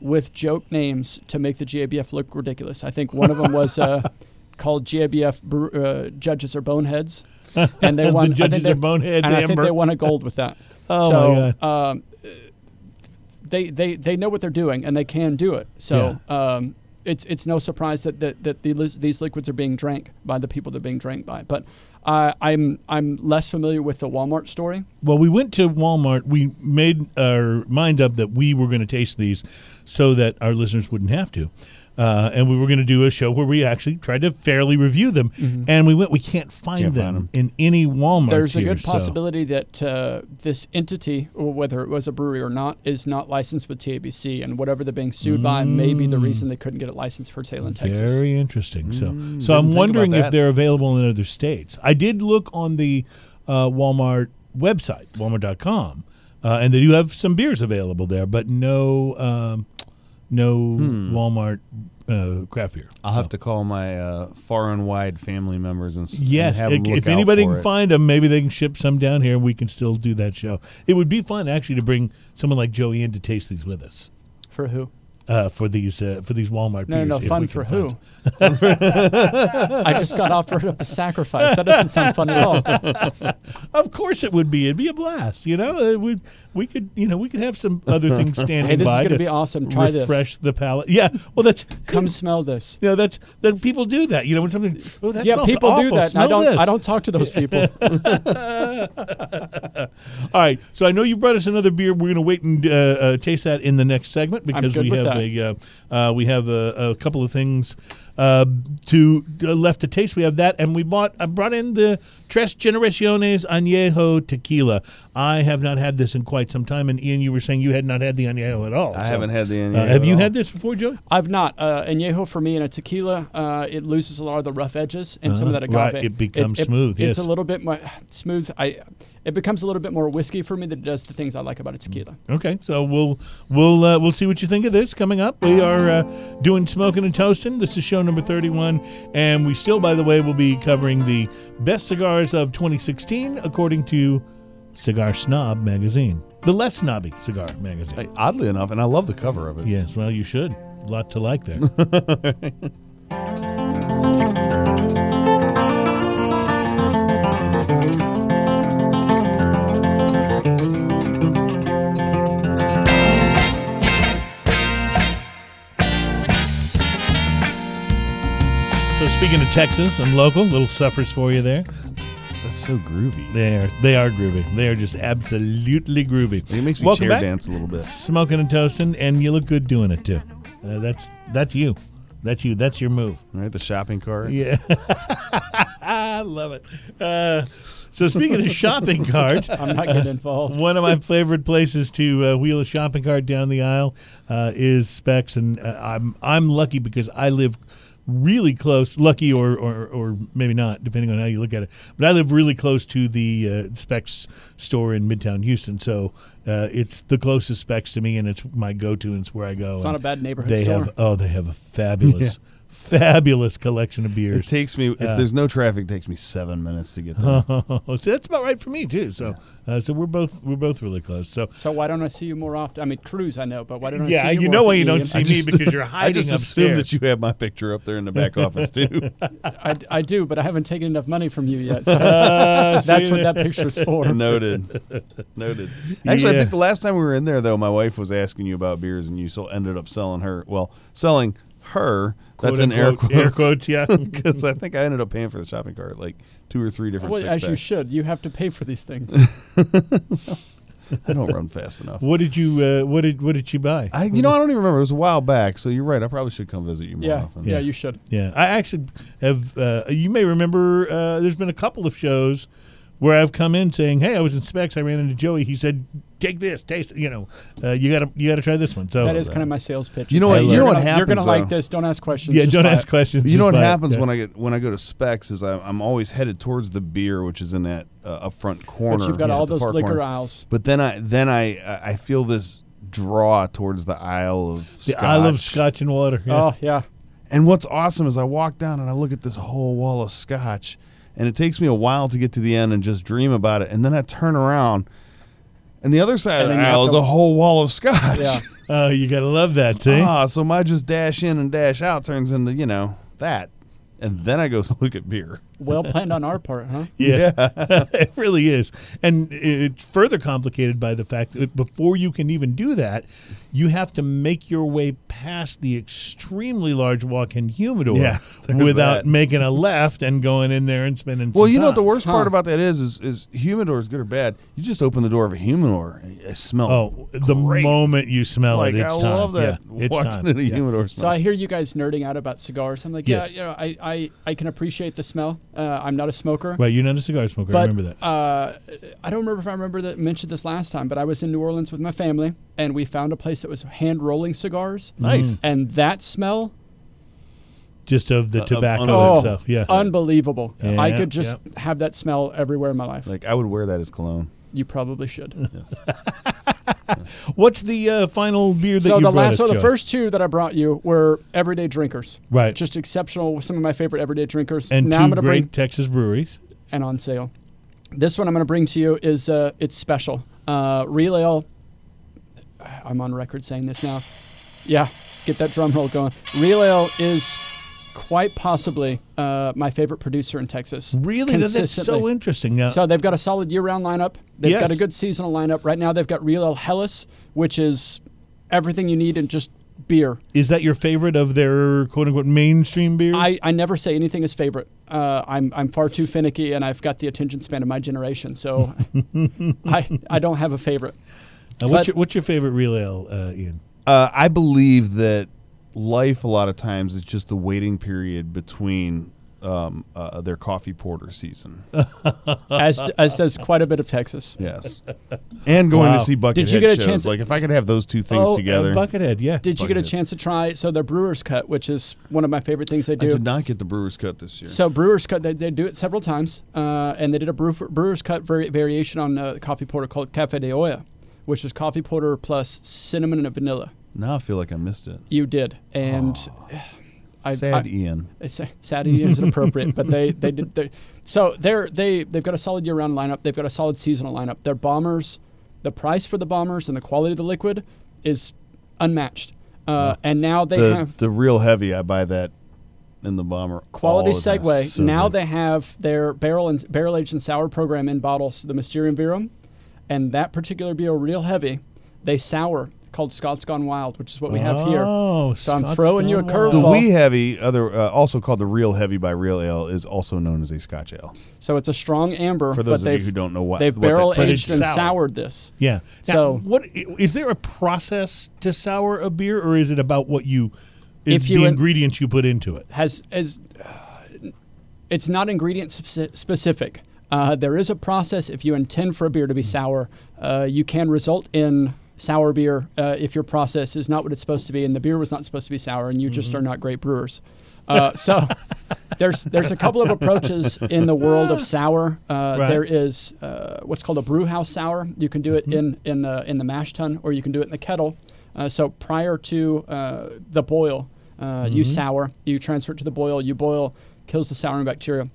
with joke names to make the GABF look ridiculous. I think one of them was uh, called GABF Bre- uh, Judges or Boneheads, and they won.
the
I think
judges
they,
are boneheads.
and I think
Amber.
they won a gold with that.
Oh,
so,
my
Um, they, they they know what they're doing and they can do it. So um, it's it's no surprise that that, that the, lis- these liquids are being drank by the people they're being drank by. But uh, I'm I'm less familiar with the Walmart story.
Well, we went to Walmart. We made our mind up that we were going to taste these so that our listeners wouldn't have to. Uh, and we were going to do a show where we actually tried to fairly review them, and we went. We can't find,
Can't
them,
find
in any Walmart.
Mm-hmm. There's a
here,
good
so-
possibility that uh, this entity, or whether it was a brewery or not, is not licensed with TABC, and whatever they're being sued by may be the reason they couldn't get it licensed for sale in Texas.
Very interesting. So, so
Mm, didn't
I'm
think
wondering
about
if
that.
they're available in other states. I did look on the uh, Walmart website, Walmart.com, uh, and they do have some beers available there, but no, um, no
Hmm.
Walmart uh, craft beer.
I'll have to call my uh, far and wide family members and s- and
Yes,
have 'em
if-
look
if
out
anybody
for
can
it.
find them, maybe they can ship some down here, and we can still do that show. It would be fun actually to bring someone like Joey in to taste these with us
For who?
uh, for these uh, for these Walmart
No,
beers.
no, no.
if
Fun
we
for
can find
who?
some.
I just got offered up a sacrifice. That doesn't sound fun at all.
Of course it would be. It'd be a blast. You know, Uh, we we could you know we could have some other things standing
Hey, this is
by
gonna
to
be awesome. Try this.
refresh the palate. Yeah. Well, that's
Come smell this.
You know, that's that people do that. You know, when something oh, that
yeah,
smells
people
awful.
do that. and
Smell
I don't.
this.
I don't talk to those people.
All right. So I know you brought us another beer. We're going to wait and uh, uh, taste that in the next segment because
good
we
with
have
that.
a uh, uh, we have a, a couple of things uh, to uh, left to taste. We have that, and we bought. I brought in the Tres Generaciones Añejo Tequila. I have not had this in quite some time, and Ian, you were saying you had not had the Añejo at all.
I
so-
haven't had the
Uh,
any.
have you had this before, Joe?
I've not. Uh, añejo for me in a tequila, uh, it loses a lot of the rough edges and some of that agave.
Uh-huh. right, it becomes smooth, yes.
It's a little bit more smooth. I. It becomes a little bit more whiskey for me than it does the things I like about a tequila.
Okay, so we'll we'll uh, we'll see what you think of this coming up. We are uh, doing smoking and toasting. This is show number thirty-one, and we still, by the way, will be covering the best cigars of 2016 according to Cigar Snob magazine, the less snobby cigar magazine.
Oddly enough, and I love the cover of it.
Yes, well, you should. A lot to like there. so speaking of Texas, I'm local. Little suffers for you there.
That's so groovy.
They are they are groovy. They are just absolutely groovy.
It makes me
Welcome
chair
back
dance a little bit.
smoking and toasting, and you look good doing it too. Uh, that's that's you, that's you, that's your move.
Right, the shopping cart.
Yeah, I love it. Uh, so speaking of shopping cart,
I'm not getting involved.
one of my favorite places to uh, wheel a shopping cart down the aisle uh, is Specs, and uh, I'm I'm lucky because I live really close. Lucky or, or or maybe not, depending on how you look at it. But I live really close to the uh, Specs store in Midtown Houston, so uh, it's the closest Specs to me, and it's my go-to, and it's where I go.
It's not
and
a bad neighborhood
They
store.
have oh, they have a fabulous. Fabulous collection of beers.
It takes me if
Uh.
there's no traffic, it takes me seven minutes to get there.
so Oh, that's about right for me too. So, uh, so we're both we're both really close. So,
So why don't I see you more often? I mean, Cruz, I know, but why don't I
Yeah,
see you?
you
more
know why
often,
you don't
Ian?
see me because you're hiding
I just assume
upstairs.
that you have my picture up there in the back office too.
I, I do, but I haven't taken enough money from you yet. So that's what that picture's for.
Noted. Noted. Actually,
Yeah.
I think the last time we were in there, though, my wife was asking you about beers, and you so ended up selling her. Well, selling her. that's in air
Quote,
quotes.
unquote, Air quotes, yeah.
Because I think I ended up paying for the shopping cart like two or three different.
Well,
six
as you
packs.
should. You have to pay for these things.
I don't run fast enough.
what did you uh, what did what did you buy?
I, you know, I don't even remember. It was a while back, so you're right. I probably should come visit you more
yeah,
often.
yeah, you should.
yeah, I actually have. Uh, you may remember uh, there's been a couple of shows where I've come in saying, "Hey, I was in Specs. I ran into Joey. He said." Take this, taste. it," You know, uh, you gotta you gotta try this one. So
That is kind of my sales pitch.
You know what-
Hey,
you
you're
know
what
gonna- You're gonna
happens,
like
though?
this. Don't ask questions.
yeah.
just
Don't
buy
ask
it.
questions.
You know what happens
when I.
when I get when I go to Specs is I'm, I'm always headed towards the beer, which is in that uh, up front corner.
But you've got
at
all
the
those
far
liquor
corner.
aisles.
But then I then I I- I feel this draw towards the aisle of
The
scotch.
Isle of Scotch and Water. yeah.
Oh yeah,
And what's awesome is I walk down and I look at this whole wall of scotch, and it takes me a while to get to the end and just dream about it, and then I turn around, and the other side
And
of
then
the
you have
aisle is
to-
a whole wall of scotch.
yeah.
Oh, you gotta love that, see?
Oh.
Ah, so my just dash in and dash out turns into you know that, and then I go look at beer.
well planned on our part, huh?
Yes. it really is. And it's further complicated by the fact that before you can even do that, you have to make your way past the extremely large walk in humidor
Yeah, there's
without
that.
making a left and going in there and spending
Well,
some
you know what the
time.
worst part
Huh.
about that is, is is humidors good or bad? You just open the door of a humidor, and it smells.
Oh, the
great.
moment you smell
like
it, Oh, it's
I
time.
love that
Yeah, it's
walking
time.
in a
Yeah.
humidor
So
smell.
I hear you guys nerding out about cigars. I'm like,
Yes.
yeah, you know, I, I, I can appreciate the smell. Uh, I'm not a smoker.
Right, you're not a cigar smoker. I
But
remember that.
Uh, I don't remember if I remember that mentioned this last time, but I was in New Orleans with my family, and we found a place that was hand rolling cigars.
Nice.
And that smell, oh,
Just of the
Uh, of
tobacco and
unbelievable.
Oh, stuff. Yeah.
unbelievable!
Yeah.
I
Yeah,
could just have that smell everywhere in my life.
like I would wear that as cologne.
You probably should.
Yes.
What's the uh, final beer that
so
you
the
brought
last,
us,
so the
Joe?
first two that I brought you were everyday drinkers,
Right.
Just exceptional. Some of my favorite everyday drinkers.
and
now I'm
two
gonna
great
bring
Texas breweries.
and on sale. This one I'm going to bring to you is uh, it's special. Uh, Real Ale. I'm on record saying this now. Yeah, get that drum roll going. Real Ale is quite possibly uh, my favorite producer in Texas.
Really? That- That's so
Consistently.
interesting. Uh,
So they've got a solid year-round lineup. They've
Yes.
got a good seasonal lineup. Right now they've got Real Ale Hellas, which is everything you need in just beer.
Is that your favorite of their quote unquote mainstream beers?
I, I never say anything is favorite. Uh, I'm I'm far too finicky, and I've got the attention span of my generation, so I I don't have a favorite.
Uh, what's,
but-
your, what's your favorite real ale, uh, Ian?
Uh, I believe that life a lot of times is just the waiting period between um, uh, their coffee porter season.
As as does quite a bit of Texas.
yes, and going
Wow.
to see Buckethead
Did you get a
shows.
chance-
Like if I could have those two things
oh,
together,
and Buckethead, yeah.
Did you get a
Buckethead.
chance to try so the Brewers Cut, which is one of my favorite things they
I
do?
did not get the Brewers Cut this year.
So Brewers Cut, they, they do it several times, uh, and they did a brew, Brewers Cut vari- variation on a coffee porter called Cafe de Olla, which is coffee porter plus cinnamon and vanilla.
now I feel like I missed it.
You did, and I,
Sad
I,
Ian.
It's- Saturday isn't appropriate, but they they did. They, so they're they they've got a solid year round lineup. They've got a solid seasonal lineup. Their bombers, the price for the bombers and the quality of the liquid is unmatched. Uh, and now they
The
have
the real heavy. I buy that in the bomber.
quality
Oh,
all the time.
segue.
So
now
good.
they have their barrel and barrel aged and sour program in bottles, the Mysterium Virum, and that particular beer, real heavy. They sour called Scott's Gone Wild, which is what we have here.
Oh,
So I'm
Scott's
throwing you a
Gone Wild.
The
curveball.
wee heavy, other uh, also called the real heavy by real ale, is also known as a Scotch ale.
So it's a strong amber.
For those
but
of you
they've-
who don't know what
They've
what that-
barrel
But
aged
it's
and
sour.
soured this.
Yeah. Now,
So-
what is there a process to sour a beer, or is it about what you,
If
if
you
the
in-
ingredients you put into it?
Has as it's not ingredient speci- specific. Uh, there is a process if you intend for a beer to be sour. Uh, you can result in sour beer uh, if your process is not what it's supposed to be, and the beer was not supposed to be sour, and you just are not great brewers. Uh, so there's there's a couple of approaches in the world of sour. Uh,
Right.
There is uh, what's called a brew house sour. You can do it in in the in the mash tun, or you can do it in the kettle. Uh, so prior to uh, the boil, uh, you sour, you transfer it to the boil, you boil, kills the souring bacteria.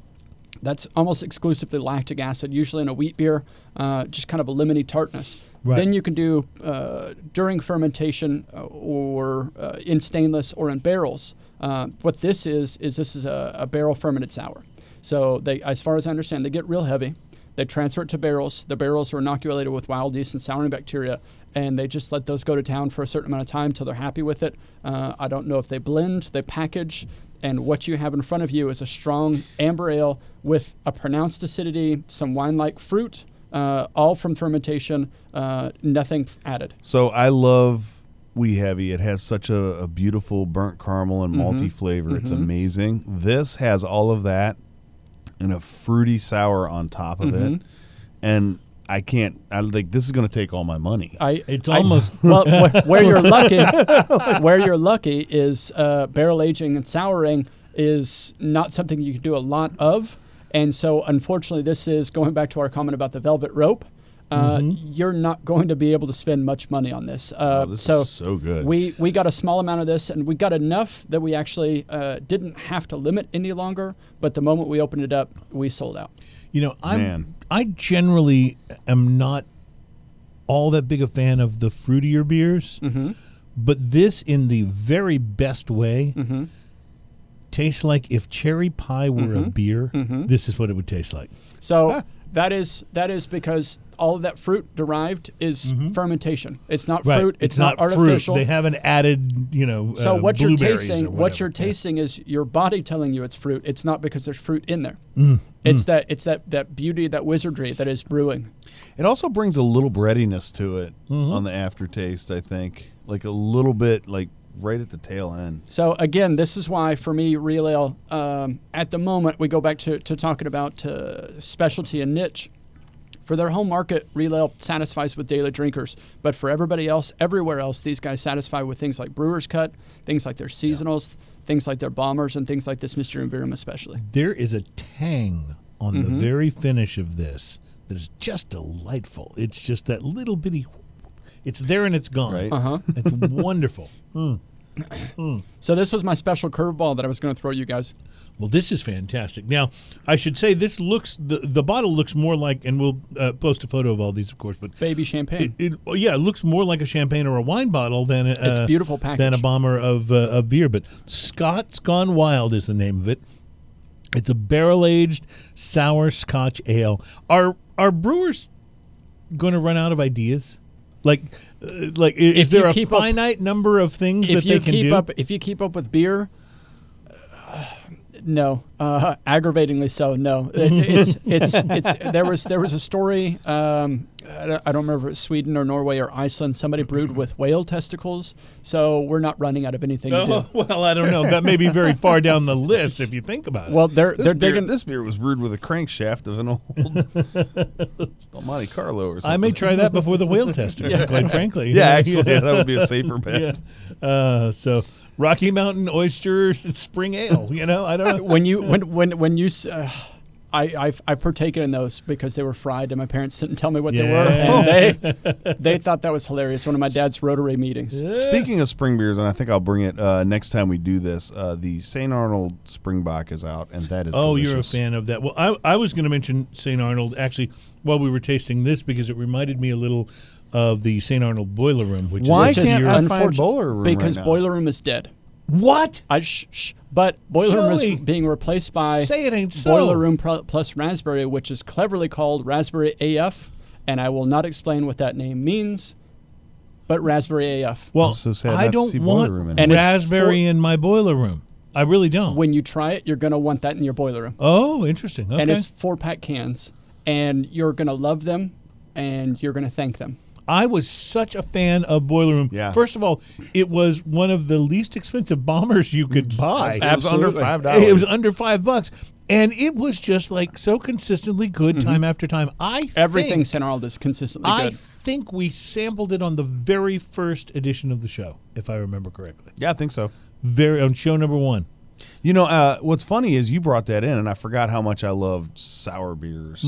That's almost exclusively lactic acid, usually in a wheat beer, uh, just kind of a lemony tartness.
Right.
Then you can do uh, during fermentation uh, or uh, in stainless or in barrels. Uh, what this is is this is a, a barrel fermented sour. So they, as far as I understand, they get real heavy. They transfer it to barrels. The barrels are inoculated with wild yeast and souring bacteria, and they just let those go to town for a certain amount of time till they're happy with it. Uh, I don't know if they blend, they package, and what you have in front of you is a strong amber ale with a pronounced acidity, some wine-like fruit, uh, all from fermentation, uh, nothing f- added.
So I love wee heavy. It has such a, a beautiful burnt caramel and
Mm-hmm.
malty flavor. It's amazing. This has all of that and a fruity sour on top of
Mm-hmm.
it, and I can't. I like this is going to take all my money.
I,
It's
I-
almost-
well, where, where you're lucky, where you're lucky is uh, barrel aging and souring is not something you can do a lot of, and so unfortunately, this is going back to our comment about the velvet rope. Uh,
Mm-hmm.
You're not going to be able to spend much money on this. Uh,
Oh, this
so
is so good.
we we got a small amount of this, and we got enough that we actually uh, didn't have to limit any longer. But the moment we opened it up, we sold out.
You know, I'm
Man.
I generally am not all that big a fan of the fruitier Mm-hmm. Mm-hmm. beers, but this, in the very best way, taste like if cherry pie were a beer? This is what it would taste like.
So that is that is because all of that fruit derived is fermentation. It's not
Mm-hmm. Right.
fruit. It's, not, artificial.
Fruit. They haven't added, you know,
so
uh,
what you're
blueberries or
tasting, what
whatever.
you're tasting is your body telling you it's fruit. It's not because there's fruit in there.
Mm.
It's that it's that that beauty, that wizardry that is brewing.
It also brings a little breadiness to it
Mm-hmm.
on the aftertaste, I think. Like a little bit like right at the tail end.
So again, this is why for me, real ale. Um, at the moment, we go back to, to talking about uh, specialty and niche. For their home market, real ale satisfies with daily drinkers, but for everybody else, everywhere else, these guys satisfy with things like brewer's cut, things like their seasonals, things like their bombers, and things like this mystery and Verum especially.
there is a tang on
Mm-hmm.
the very finish of this that is just delightful. It's just that little bitty. It's there and it's gone.
Right.
Uh-huh. It's wonderful.
So this was my special curveball that I was going to throw you guys.
Well, this is fantastic. Now, I should say this looks the the bottle looks more like, and we'll uh, post a photo of all these, of course. But
Baby champagne.
it, it, oh, yeah, it looks more like a champagne or a wine bottle than a,
It's
uh,
beautiful
than a
package.
bomber of uh, of beer. But Scott's Gone Wild is the name of it. It's a barrel aged sour Scotch ale. Are are brewers going to run out of ideas? Like, uh, like i- is
If
there
you
a
keep up-
finite number of things
if
that they
you
can
keep
do?
up if you keep up with beer uh, no uh, aggravatingly so no It- it's, it's it's there was there was a story um, I don't- I don't remember if it was Sweden or Norway or Iceland somebody brewed with whale testicles so we're not running out of anything to
Oh,
do
well, I don't know. That may be very far down the list if you think about it.
well they're
This
they're
beer,
digging
this beer was brewed with a crankshaft of an old, old Monte Carlo or something.
I may try that before the whale testing, quite frankly.
Yeah, actually, yeah, that would be a safer bet.
yeah. Uh, so Rocky Mountain oyster spring ale. You know, I don't know.
when you when when when you s- uh, I, I've, I've partaken in those because they were fried and my parents didn't tell me what they were. And they, they thought that was hilarious. One of my dad's Rotary meetings.
Speaking of spring beers, and I think I'll bring it uh, next time we do this. Uh, the St. Arnold Springbok is out, and that is
Oh, you're a
delicious.
fan of that. Well, I, I was going to mention St. Arnold actually while we were tasting this because it reminded me a little of the St. Arnold Boiler Room, which
Why
is a
Which is
can't
beer-
I find
unfortunate-
Boiler Room right
Because
now?
Boiler Room is dead.
what?
I sh- sh- but Boiler Room
Surely.
is being replaced by
Say it ain't so.
Boiler Room Pro- plus Raspberry, which is cleverly called Raspberry AF, and I will not explain what that name means. But Raspberry AF.
Well,
I'm so sad
I
not to
don't
see Boiler
want
Room
anymore.
raspberry
And
in my boiler room. I really don't.
When you try it, you're gonna want that in your boiler room,
oh, interesting. Okay.
and it's four pack cans, and you're gonna love them, and you're gonna thank them.
I was such a fan of Boiler Room.
Yeah.
First of all, it was one of the least expensive bombers you could buy.
Mm, It was under
Absolutely.
five dollars.
It was under five bucks, and it was just like so consistently good time after time. I
Mm-hmm. Everything
Think,
St. Arnold is consistently
I
good.
think we sampled it on the very first edition of the show, if I remember correctly.
yeah, I think so.
Very on show number one.
You know, uh, what's funny is you brought that in, and I forgot how much I loved sour beers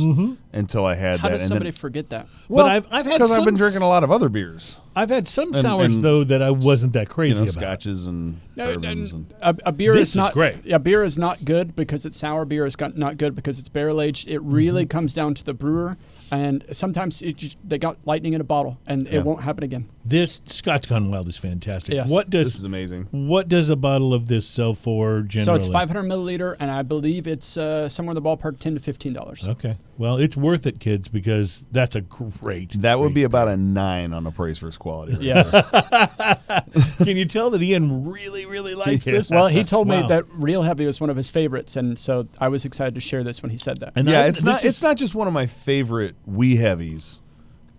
until I had
How
that.
does
and
somebody
then,
forget that?
well,
Mm-hmm. I've- I've had
because I've
some
been
s-
drinking a lot of other beers,
I've had some sours
and,
though that I wasn't that
you
crazy
know,
about.
scotches and
No, no,
bourbons.
n-
and,
a, a beer
This
is
is
not
great.
A beer is not good because it's sour. Beer is got- not good because it's barrel aged. It really comes down to the brewer, and sometimes it just, they got lightning in a bottle, and it won't happen again.
This Scotch Gone Wild is fantastic.
Yes.
What does
this is amazing.
what does a bottle of this sell for generally?
So it's 500 milliliter, and I believe it's uh, somewhere in the ballpark, 10 to 15 dollars.
Okay. Well, it's worth it, kids, because that's a great.
That would be about a nine on a price versus quality. right
Yes.
there.
Can you tell that Ian really, really likes
Yeah.
this?
well, he told
Wow.
me that Real Heavy was one of his favorites, and so I was excited to share this when he said that.
And
yeah,
I-
it's not.
this
It's
is-
not just one of my favorite wee heavies.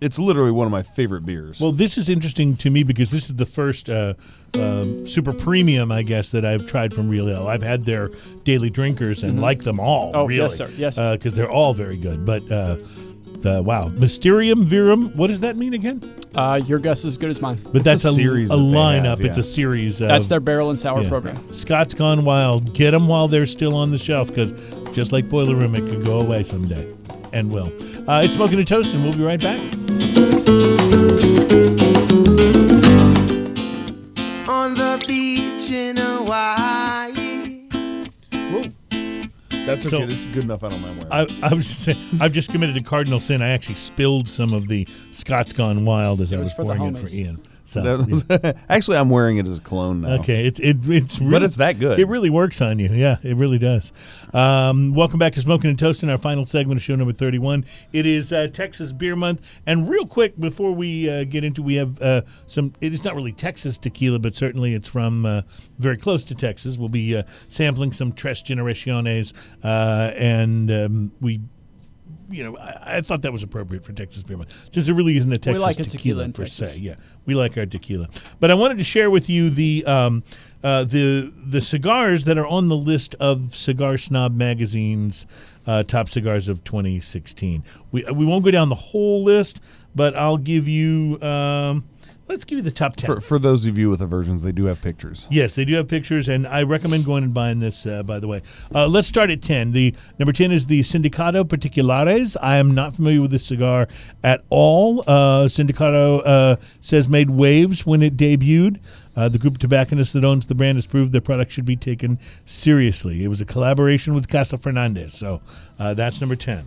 It's literally one of my favorite beers.
Well, this is interesting to me because this is the first uh, um, super premium, I guess, that I've tried from Real Ale. I've had their daily drinkers
Mm-hmm.
and like them all.
Oh, yes,
really.
sir. Yes, sir.
Because they're all very good. But uh, uh, wow, Mysterium Virum. What does that mean again?
Uh, your guess is as good as mine.
But that's
a
a,
series
a
that they
lineup.
have,
It's a
yeah.
series. Of,
That's their barrel and sour
yeah.
program.
Scott's Gone Wild. Get them while they're still on the shelf because just like Boiler Room, it could go away someday and will. Uh, it's Smoking a Toast, and we'll be right back.
On the beach in Hawaii.
That's
so-
okay. this is good enough. I don't mind wearing.
I, I was just saying, I've just committed a cardinal sin. I actually spilled some of the Scott's Gone Wild as I
was
was
for the
pouring it for
homies.
Ian. So
That was- Actually, I'm wearing it as a cologne now.
Okay, it's it, it's really,
it's that good.
It really works on you. Yeah, it really does. Um, welcome back to Smoking and Toasting, our final segment of show number thirty-one. It is uh, Texas Beer Month, and real quick before we uh, get into, we have uh, some. It's not really Texas tequila, but certainly it's from uh, very close to Texas. We'll be uh, sampling some Tres Generaciones, uh, and um, we. You know, I, I thought that was appropriate for Texas Beer Month since there really isn't a Texas
like a
tequila,
tequila in
per
Texas.
se. Yeah, we like our tequila. But I wanted to share with you the um, uh, the the cigars that are on the list of Cigar Snob magazine's uh, top cigars of 2016. We we won't go down the whole list, but I'll give you. Um, let's give you the top ten.
For, for those of you with aversions, they do have pictures.
Yes, they do have pictures, and I recommend going and buying this. Uh, by the way, uh, let's start at ten. The number ten is the Sindicato Particulares. I am not familiar with this cigar at all. Uh, Sindicato uh, says made waves when it debuted. Uh, the group of tobacconists that owns the brand has proved their product should be taken seriously. It was a collaboration with Casa Fernandez, so uh, that's number ten.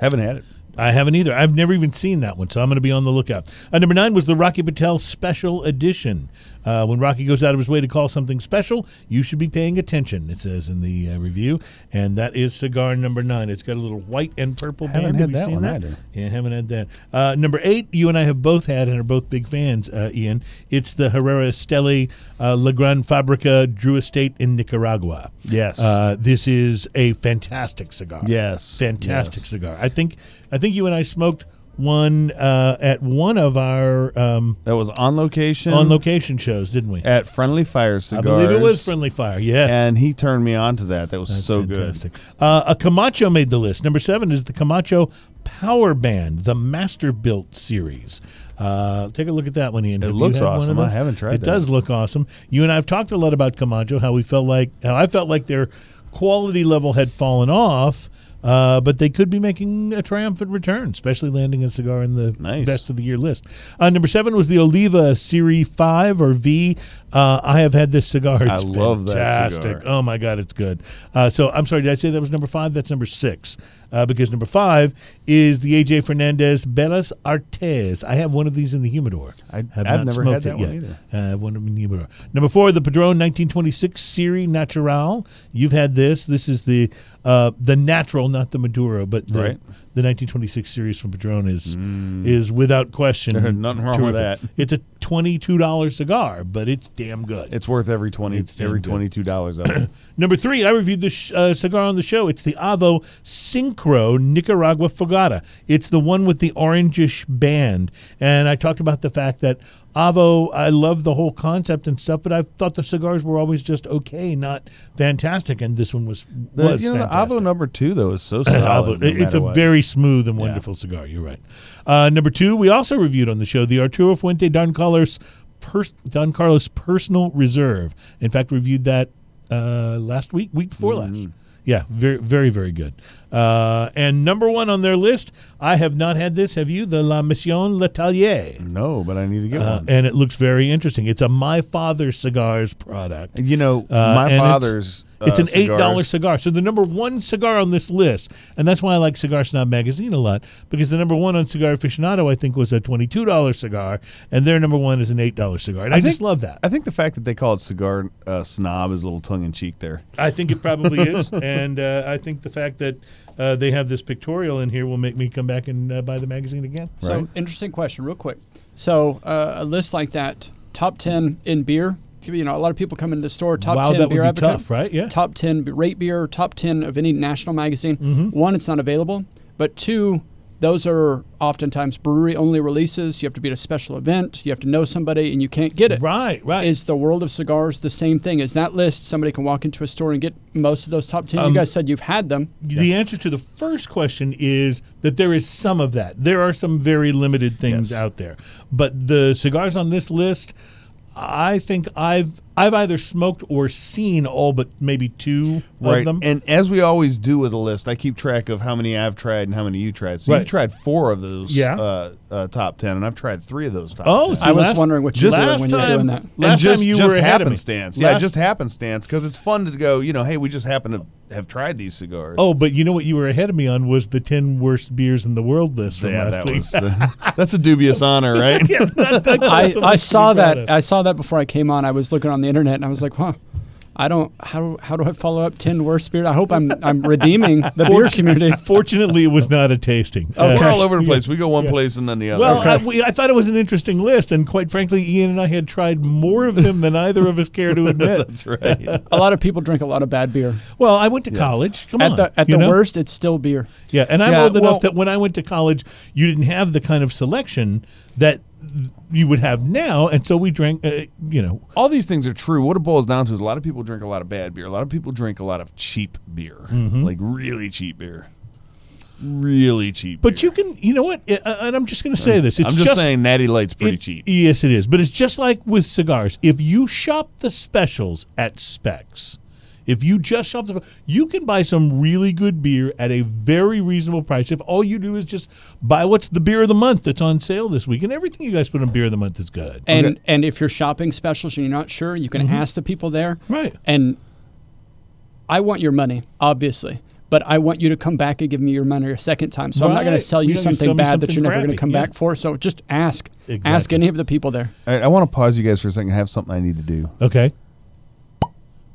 Haven't had it.
I haven't either. I've never even seen that one, so I'm going to be on the lookout. Uh, number nine was the Rocky Patel Special Edition. Uh, when Rocky goes out of his way to call something special, you should be paying attention, it says in the uh, review. And that is cigar number nine. It's got a little white and purple band.
Haven't had
Have you
that
seen
one
that?
either.
Yeah, haven't had that. Uh, number eight, you and I have both had and are both big fans, uh, Ian. It's the Herrera Esteli uh, La Gran Fabrica Drew Estate in Nicaragua.
Yes.
Uh, this is a fantastic cigar
Yes.
fantastic
Yes.
cigar. I think I think you and I smoked one uh, at one of our um,
That was on location.
on location shows, didn't we?
at Friendly Fire
I
Cigars.
believe it was Friendly Fire. Yes.
And he turned me on to that. That was
That's
so
fantastic. Uh, a Camacho made the list. Number seven is the Camacho Power Band, the Master Built series. Uh, take a look at that one, Ian. Have you
looks
had one of
awesome. I
those?
haven't tried
It
that.
does look awesome. You and I have talked a lot about Camacho, how we felt like how I felt like their quality level had fallen off. Uh, but they could be making a triumphant return, especially landing a cigar in the
Nice.
best of the year list. Uh, number seven was the Oliva Series 5 or V. Uh, I have had this cigar. It's
love that
fantastic.
cigar.
Oh my God, it's good. Uh, so I'm sorry, did I say that was number five? That's number six. Uh, because number five is the AJ Fernandez Belas Artes. I have one of these in the humidor.
I-
have
I've
not
never
smoked
had
it
that one
yet. Uh,
either.
I have one of them in the humidor. Number four, the Padron 1926 Siri Natural. You've had this. This is the uh, the natural, not the Maduro, but the,
Right. Mm.
the 1926 series from Padron is is without question.
Nothing wrong with
terrific.
that.
It's a twenty-two dollar cigar, but it's damn good.
good. It's worth every twenty
It's damn
every
good.
twenty two dollars of it.
Number three, I reviewed the sh- uh, cigar on the show. It's the Avo Synchro Nicaragua Fogata. It's the one with the orangish band. And I talked about the fact that Avo, I love the whole concept and stuff, but I thought the cigars were always just okay, not fantastic. And this one was
The,
was
you know, the
fantastic.
Avo number two though is so solid.
Avo-
no
it's
matter
a
what.
very smooth and wonderful cigar. You're right. Uh, number two, we also reviewed on the show the Arturo Fuente Don Carlos, pers- Don Carlos Personal Reserve. In fact, reviewed that uh, last week, week before
Mm-hmm.
last. Yeah, very, very, very good. Uh, and number one on their list, I have not had this. Have you? The La Mission L'Atelier.
no, but I need to get
Uh,
one.
and it looks very interesting. It's a My Father Cigars product.
You know,
Uh, and
my
it's-
father's
It's,
uh,
an eight dollar
cigars-
cigar. So the number one cigar on this list, and that's why I like Cigar Snob magazine a lot because the number one on Cigar Aficionado I think was a twenty two dollar cigar, and their number one is an eight dollar cigar. And I, just
think-
love that.
I think the fact that they call it cigar uh, snob is a little tongue in cheek there.
I think it probably is, and uh, I think the fact that uh, they have this pictorial in here will make me come back and uh, buy the magazine again.
So
Right.
interesting question, real quick. So uh, a list like that, top ten in beer. You know, a lot of people come into the store. Top
Wow,
ten
that would
beer
be
advocate,
tough, right? Yeah.
Top ten b- rate beer. Top ten of any national magazine.
Mm-hmm.
One, it's not available. But two, those are oftentimes brewery only releases. You have to be at a special event. You have to know somebody, and you can't get it.
Right, right.
Is the world of cigars the same thing? Is that list somebody can walk into a store and get most of those top ten?
Um,
you guys said you've had them.
The answer to the first question is that there is some of that. There are some very limited things
Yes.
out there. But the cigars on this list, I think I've I've either smoked or seen all but maybe two
Right.
of them.
And as we always do with a list, I keep track of how many I've tried and how many you tried. So
Right.
you've tried four of those
Yeah.
uh, uh, top 10, and I've tried three of those top
oh,
10.
see,
I was
last-
wondering what you
just-
were doing
last
when you were doing
time-
that.
last
and just,
time you
just
were ahead of me.
happenstance. Yeah,
Last-
just happenstance because it's fun to go, you know, hey, we just happen to have tried these cigars.
Oh, but you know what you were ahead of me on was the 10 worst beers in the world list from
yeah,
last
that
week.
was, uh, that's a dubious honor, right?
yeah, that, that-
I,
that's something
I
to
saw
be proud
that.
of.
I saw that before I came on. I was looking on the internet and I was like, huh. I don't. How how do I follow up ten worst beer? I hope I'm I'm redeeming the beer community.
Fortunately, it was not a tasting.
Oh,
Uh,
we're all over the place. We go one place and then the other.
Well, I, we, I thought it was an interesting list, and quite frankly, Ian and I had tried more of them than either of us care to admit.
that's right.
A lot of people drink a lot of bad beer.
Well, I went to college. Come
at
on,
the at
you
the
know?
worst, it's still beer.
Yeah, and I'm
Yeah,
old
well-
enough that when I went to college, you didn't have the kind of selection that th- you would have now, and so we drank. Uh, you know,
all these things are true. What it boils down to is a lot of people drink a lot of bad beer. A lot of people drink a lot of cheap beer,
Mm-hmm.
like really cheap beer, really cheap.
but
beer.
you can. You know what? I- I- and I'm just going to say this. It's
I'm just, saying, Natty Light's pretty
it-
cheap.
Yes, it is. But it's just like with cigars. If you shop the specials at Specs, if you just shop the, you can buy some really good beer at a very reasonable price. If all you do is just buy what's the beer of the month that's on sale this week, and everything you guys put on beer of the month is good.
And
Okay.
and if you're shopping specials and you're not sure, you can ask the people there.
Mm-hmm. Right.
And I want your money, obviously. But I want you to come back and give me your money a second time. So I'm not going
Right.
to sell you
You're not gonna
something
sell me
bad that
something
you're never going
crappy,
to come
yeah.
back for. So just ask. Ask
Exactly.
any of the people there.
All right, I want to pause you guys for a second. I have something I need to do.
okay.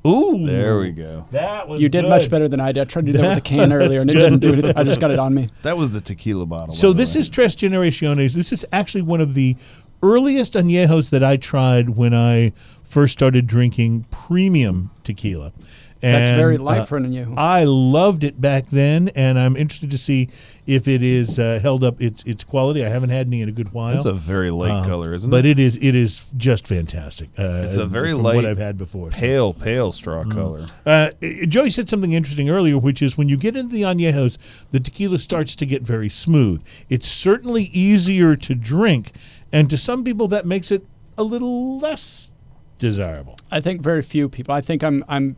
Ooh,
There we go.
That was
You did
good.
much better than I did. I tried to do that with the
That
can earlier and it didn't do anything. I just got it on me.
That was the tequila bottle.
So
by the
this
way.
is Tres Generaciones. This is actually one of the earliest añejos that I tried when I first started drinking premium tequila.
That's
And,
very
uh,
light for an añejo.
I loved it back then, and I'm interested to see if it is uh, held up its its quality. I haven't had any in a good while.
It's a very light color, isn't
Uh-huh. but
it?
it is it is just fantastic. Uh,
It's a very
from
light
what I've had before. so.
pale, pale straw color.
Uh, Joey said something interesting earlier, which is when you get into the añejos, the tequila starts to get very smooth. It's certainly easier to drink, and to some people that makes it a little less desirable.
I think very few people. I think I'm I'm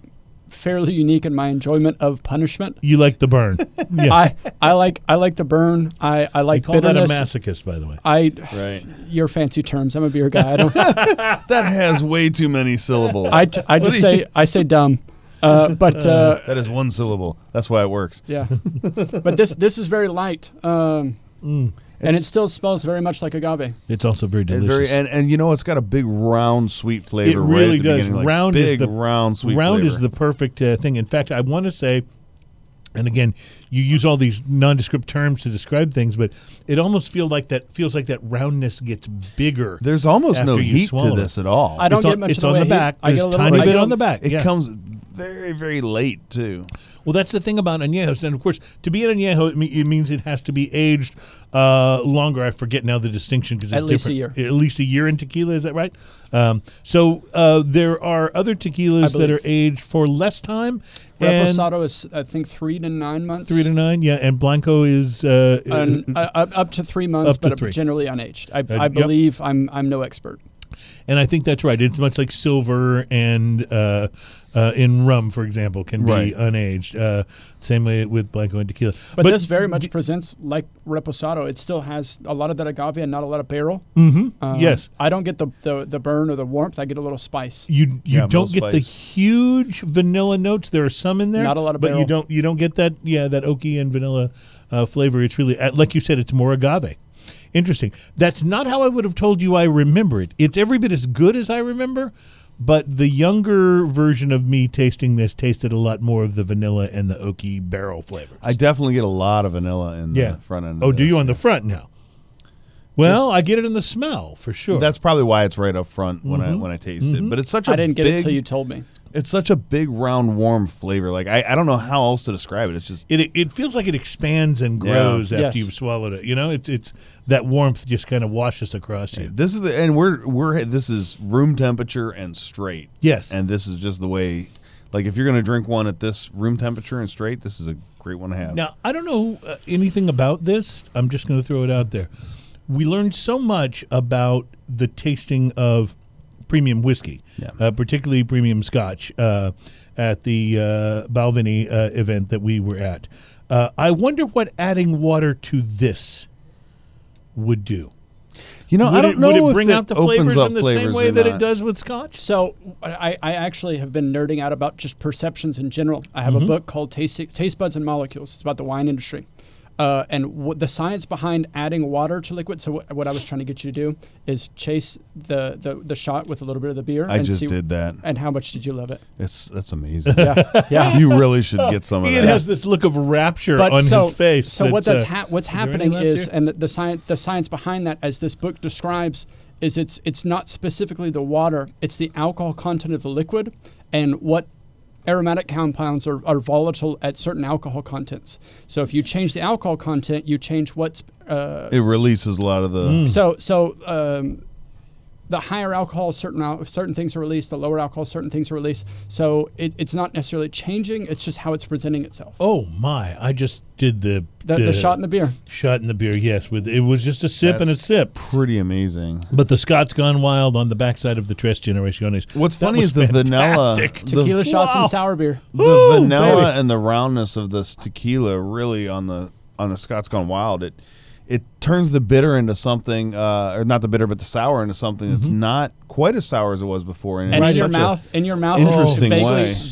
fairly unique in my enjoyment of punishment.
You like the burn. yeah.
I, I like I like the burn. I, I
I
like
call that a
bitterness.
masochist, by the way.
I
Right.
your fancy terms. I'm a beer guy. I don't.
That has way too many syllables.
I, I just
do you-
say I say dumb, uh, but uh,
that is one syllable. That's why it works.
yeah. But this this is very light, um,
Mm.
and it
It's-
still smells very much like agave.
It's also very
And
delicious.
Very, and, and you know it's got a big round sweet flavor.
it
right at
really
the
does.
beginning, like
round
big
is the
round sweet
round
flavor.
is the perfect uh, thing. In fact, I want to say, and again, you use all these nondescript terms to describe things, but it almost feel like that feels like that roundness gets bigger.
There's almost
after
no
you
heat to
swallow
this
it.
at all.
I don't
it's
get
on,
much
it's
of the
on
way
the
heat.
back.
I
There's
get
a
a little
tiny
I
bit
get
on
a-
the back.
It
yeah.
comes very very late too.
Well, that's the thing about añejos, and of course, to be an añejo, it, me- it means it has to be aged uh, longer. I forget now the distinction because
At least a
year, at least a year in tequila. Is that right? Um, so uh, there are other tequilas that
believe.
are aged for less time, and
Reposado is I think three to nine months.
three to nine. Yeah, and Blanco is uh,
An- uh, up up to three months,
Up to
but
three.
generally unaged. I, I
yep.
believe I'm I'm no expert.
And I think that's right. It's much like silver and uh, uh, in rum, for example, can be
Right.
unaged. Uh, same way with Blanco and tequila.
But, this very much presents like reposado. It still has a lot of that agave and not a lot of barrel. Um,
Mm, yes.
I don't get the, the the burn or the warmth. I get a little spice.
you you
Yeah,
don't
most
get the
spice.
huge vanilla notes. There are some in there,
Not a lot of
but you
barrel.
don't you don't get that yeah that oaky and vanilla uh, flavor. It's really uh, like you said, it's more agave. Interesting. That's not how I would have told you. I remember it. It's every bit as good as I remember, but the younger version of me tasting this tasted a lot more of the vanilla and the oaky barrel flavors.
I definitely get a lot of vanilla in
yeah
the front end.
Oh,
of
do
this.
you on the front now? Well, I get it in the smell for sure.
That's probably why it's right up front when
Mm-hmm.
I when I taste it. But it's such a
I didn't get
big,
it till you told me.
It's such a big round warm flavor. Like I, I don't know how else to describe it. It's just
it it feels like it expands and
Yeah.
grows after
Yes.
you've swallowed it. You know, it's it's that warmth just kind of washes across you.
this is the and we're we're this is room temperature and straight.
Yes.
And this is just the way like if you're going to drink one at this room temperature and straight, this is a great one to have.
Now, I don't know uh, anything about this. I'm just going to throw it out there. We learned so much about the tasting of premium whiskey,
Yeah.
uh, particularly premium Scotch, uh, at the uh, Balvenie uh, event that we were at. Uh, I wonder what adding water to this would do.
You know,
would
I don't
it,
know
would it
if
bring
it
out the
opens
flavors
up
in the same
flavors
way
or
that it
not.
does with Scotch?
So I, I actually have been nerding out about just perceptions in general. I
Mm-hmm.
have a book called Taste, Taste Buds and Molecules. It's about the wine industry. Uh, and what the science behind adding water to liquid. So what, what I was trying to get you to do is chase the, the, the shot with a little bit of the beer.
I
and
just
see-
did that.
And how much did you love it?
It's that's amazing.
Yeah, yeah.
You really should get some of
Ian
that.
has this look of rapture
But
on
so,
his face.
So what that's
uh,
ha- what's
there any
happening
left
is,
here?
and the, the science the science behind that, as this book describes, is it's it's not specifically the water; it's the alcohol content of the liquid, and what aromatic compounds are, are volatile at certain alcohol contents. So if you change the alcohol content, you change what's uh,
it releases a lot of the.
Hmm.
so so um, the higher alcohol certain al- certain things are released, the lower alcohol certain things are released. So it, it's not necessarily changing; it's just how it's presenting itself.
oh my! I just did the
The, the shot in the beer.
shot in the beer. Yes, with it was just a sip and a
That's
sip.
Pretty amazing.
But the Scott's gone wild on the backside of the Tres Generaciones.
What's
That
funny
was
is the vanilla,
fantastic.
the-
tequila shots
Wow.
and sour beer.
the
Woo,
vanilla
baby.
and the roundness of this tequila really on the on the Scott's Gone Wild. It it turns the bitter into something, uh, or not the bitter, but the sour into something that's not quite as sour as it was before. And,
Mm-hmm. And
it's
in your
such a-
mouth, in your mouth,
interesting
vaguely,
way.
vaguely,
So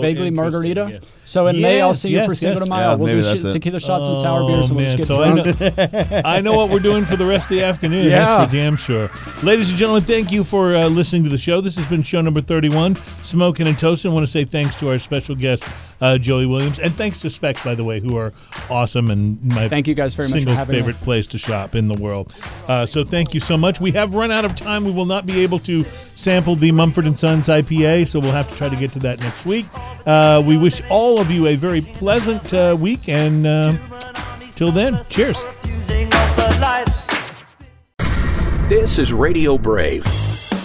vaguely
interesting,
margarita.
yes.
So in May, I'll
Yes,
see you for
yes,
Cinco
yes.
de Mayo.
Yeah,
we'll do
maybe that's
shi-
it.
tequila shots and sour beers, and we'll just get
Oh, so I
drunk.
know, I know what we're doing for the rest of the afternoon.
Yeah.
That's for damn sure. Ladies and gentlemen, thank you for uh, listening to the show. This has been show number 31, Smoking and Toasting. I want to say thanks to our special guest, uh, Joey Williams, and thanks to Specs, by the way, who are awesome and my
Thank you guys very much for
single
having me.
favorite place to shop in the world. Uh, so thank you so much. We have run out of time. We will not be able to sample the Mumford and Sons IPA, so we'll have to try to get to that next week. Uh, we wish all of you a very pleasant uh, week, and uh, till then, cheers.
Fusing up the lights.
This is Radio Brave.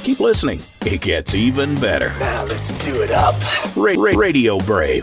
Keep listening, it gets even better.
Now let's do it up.
Ra- ra- Radio Brave.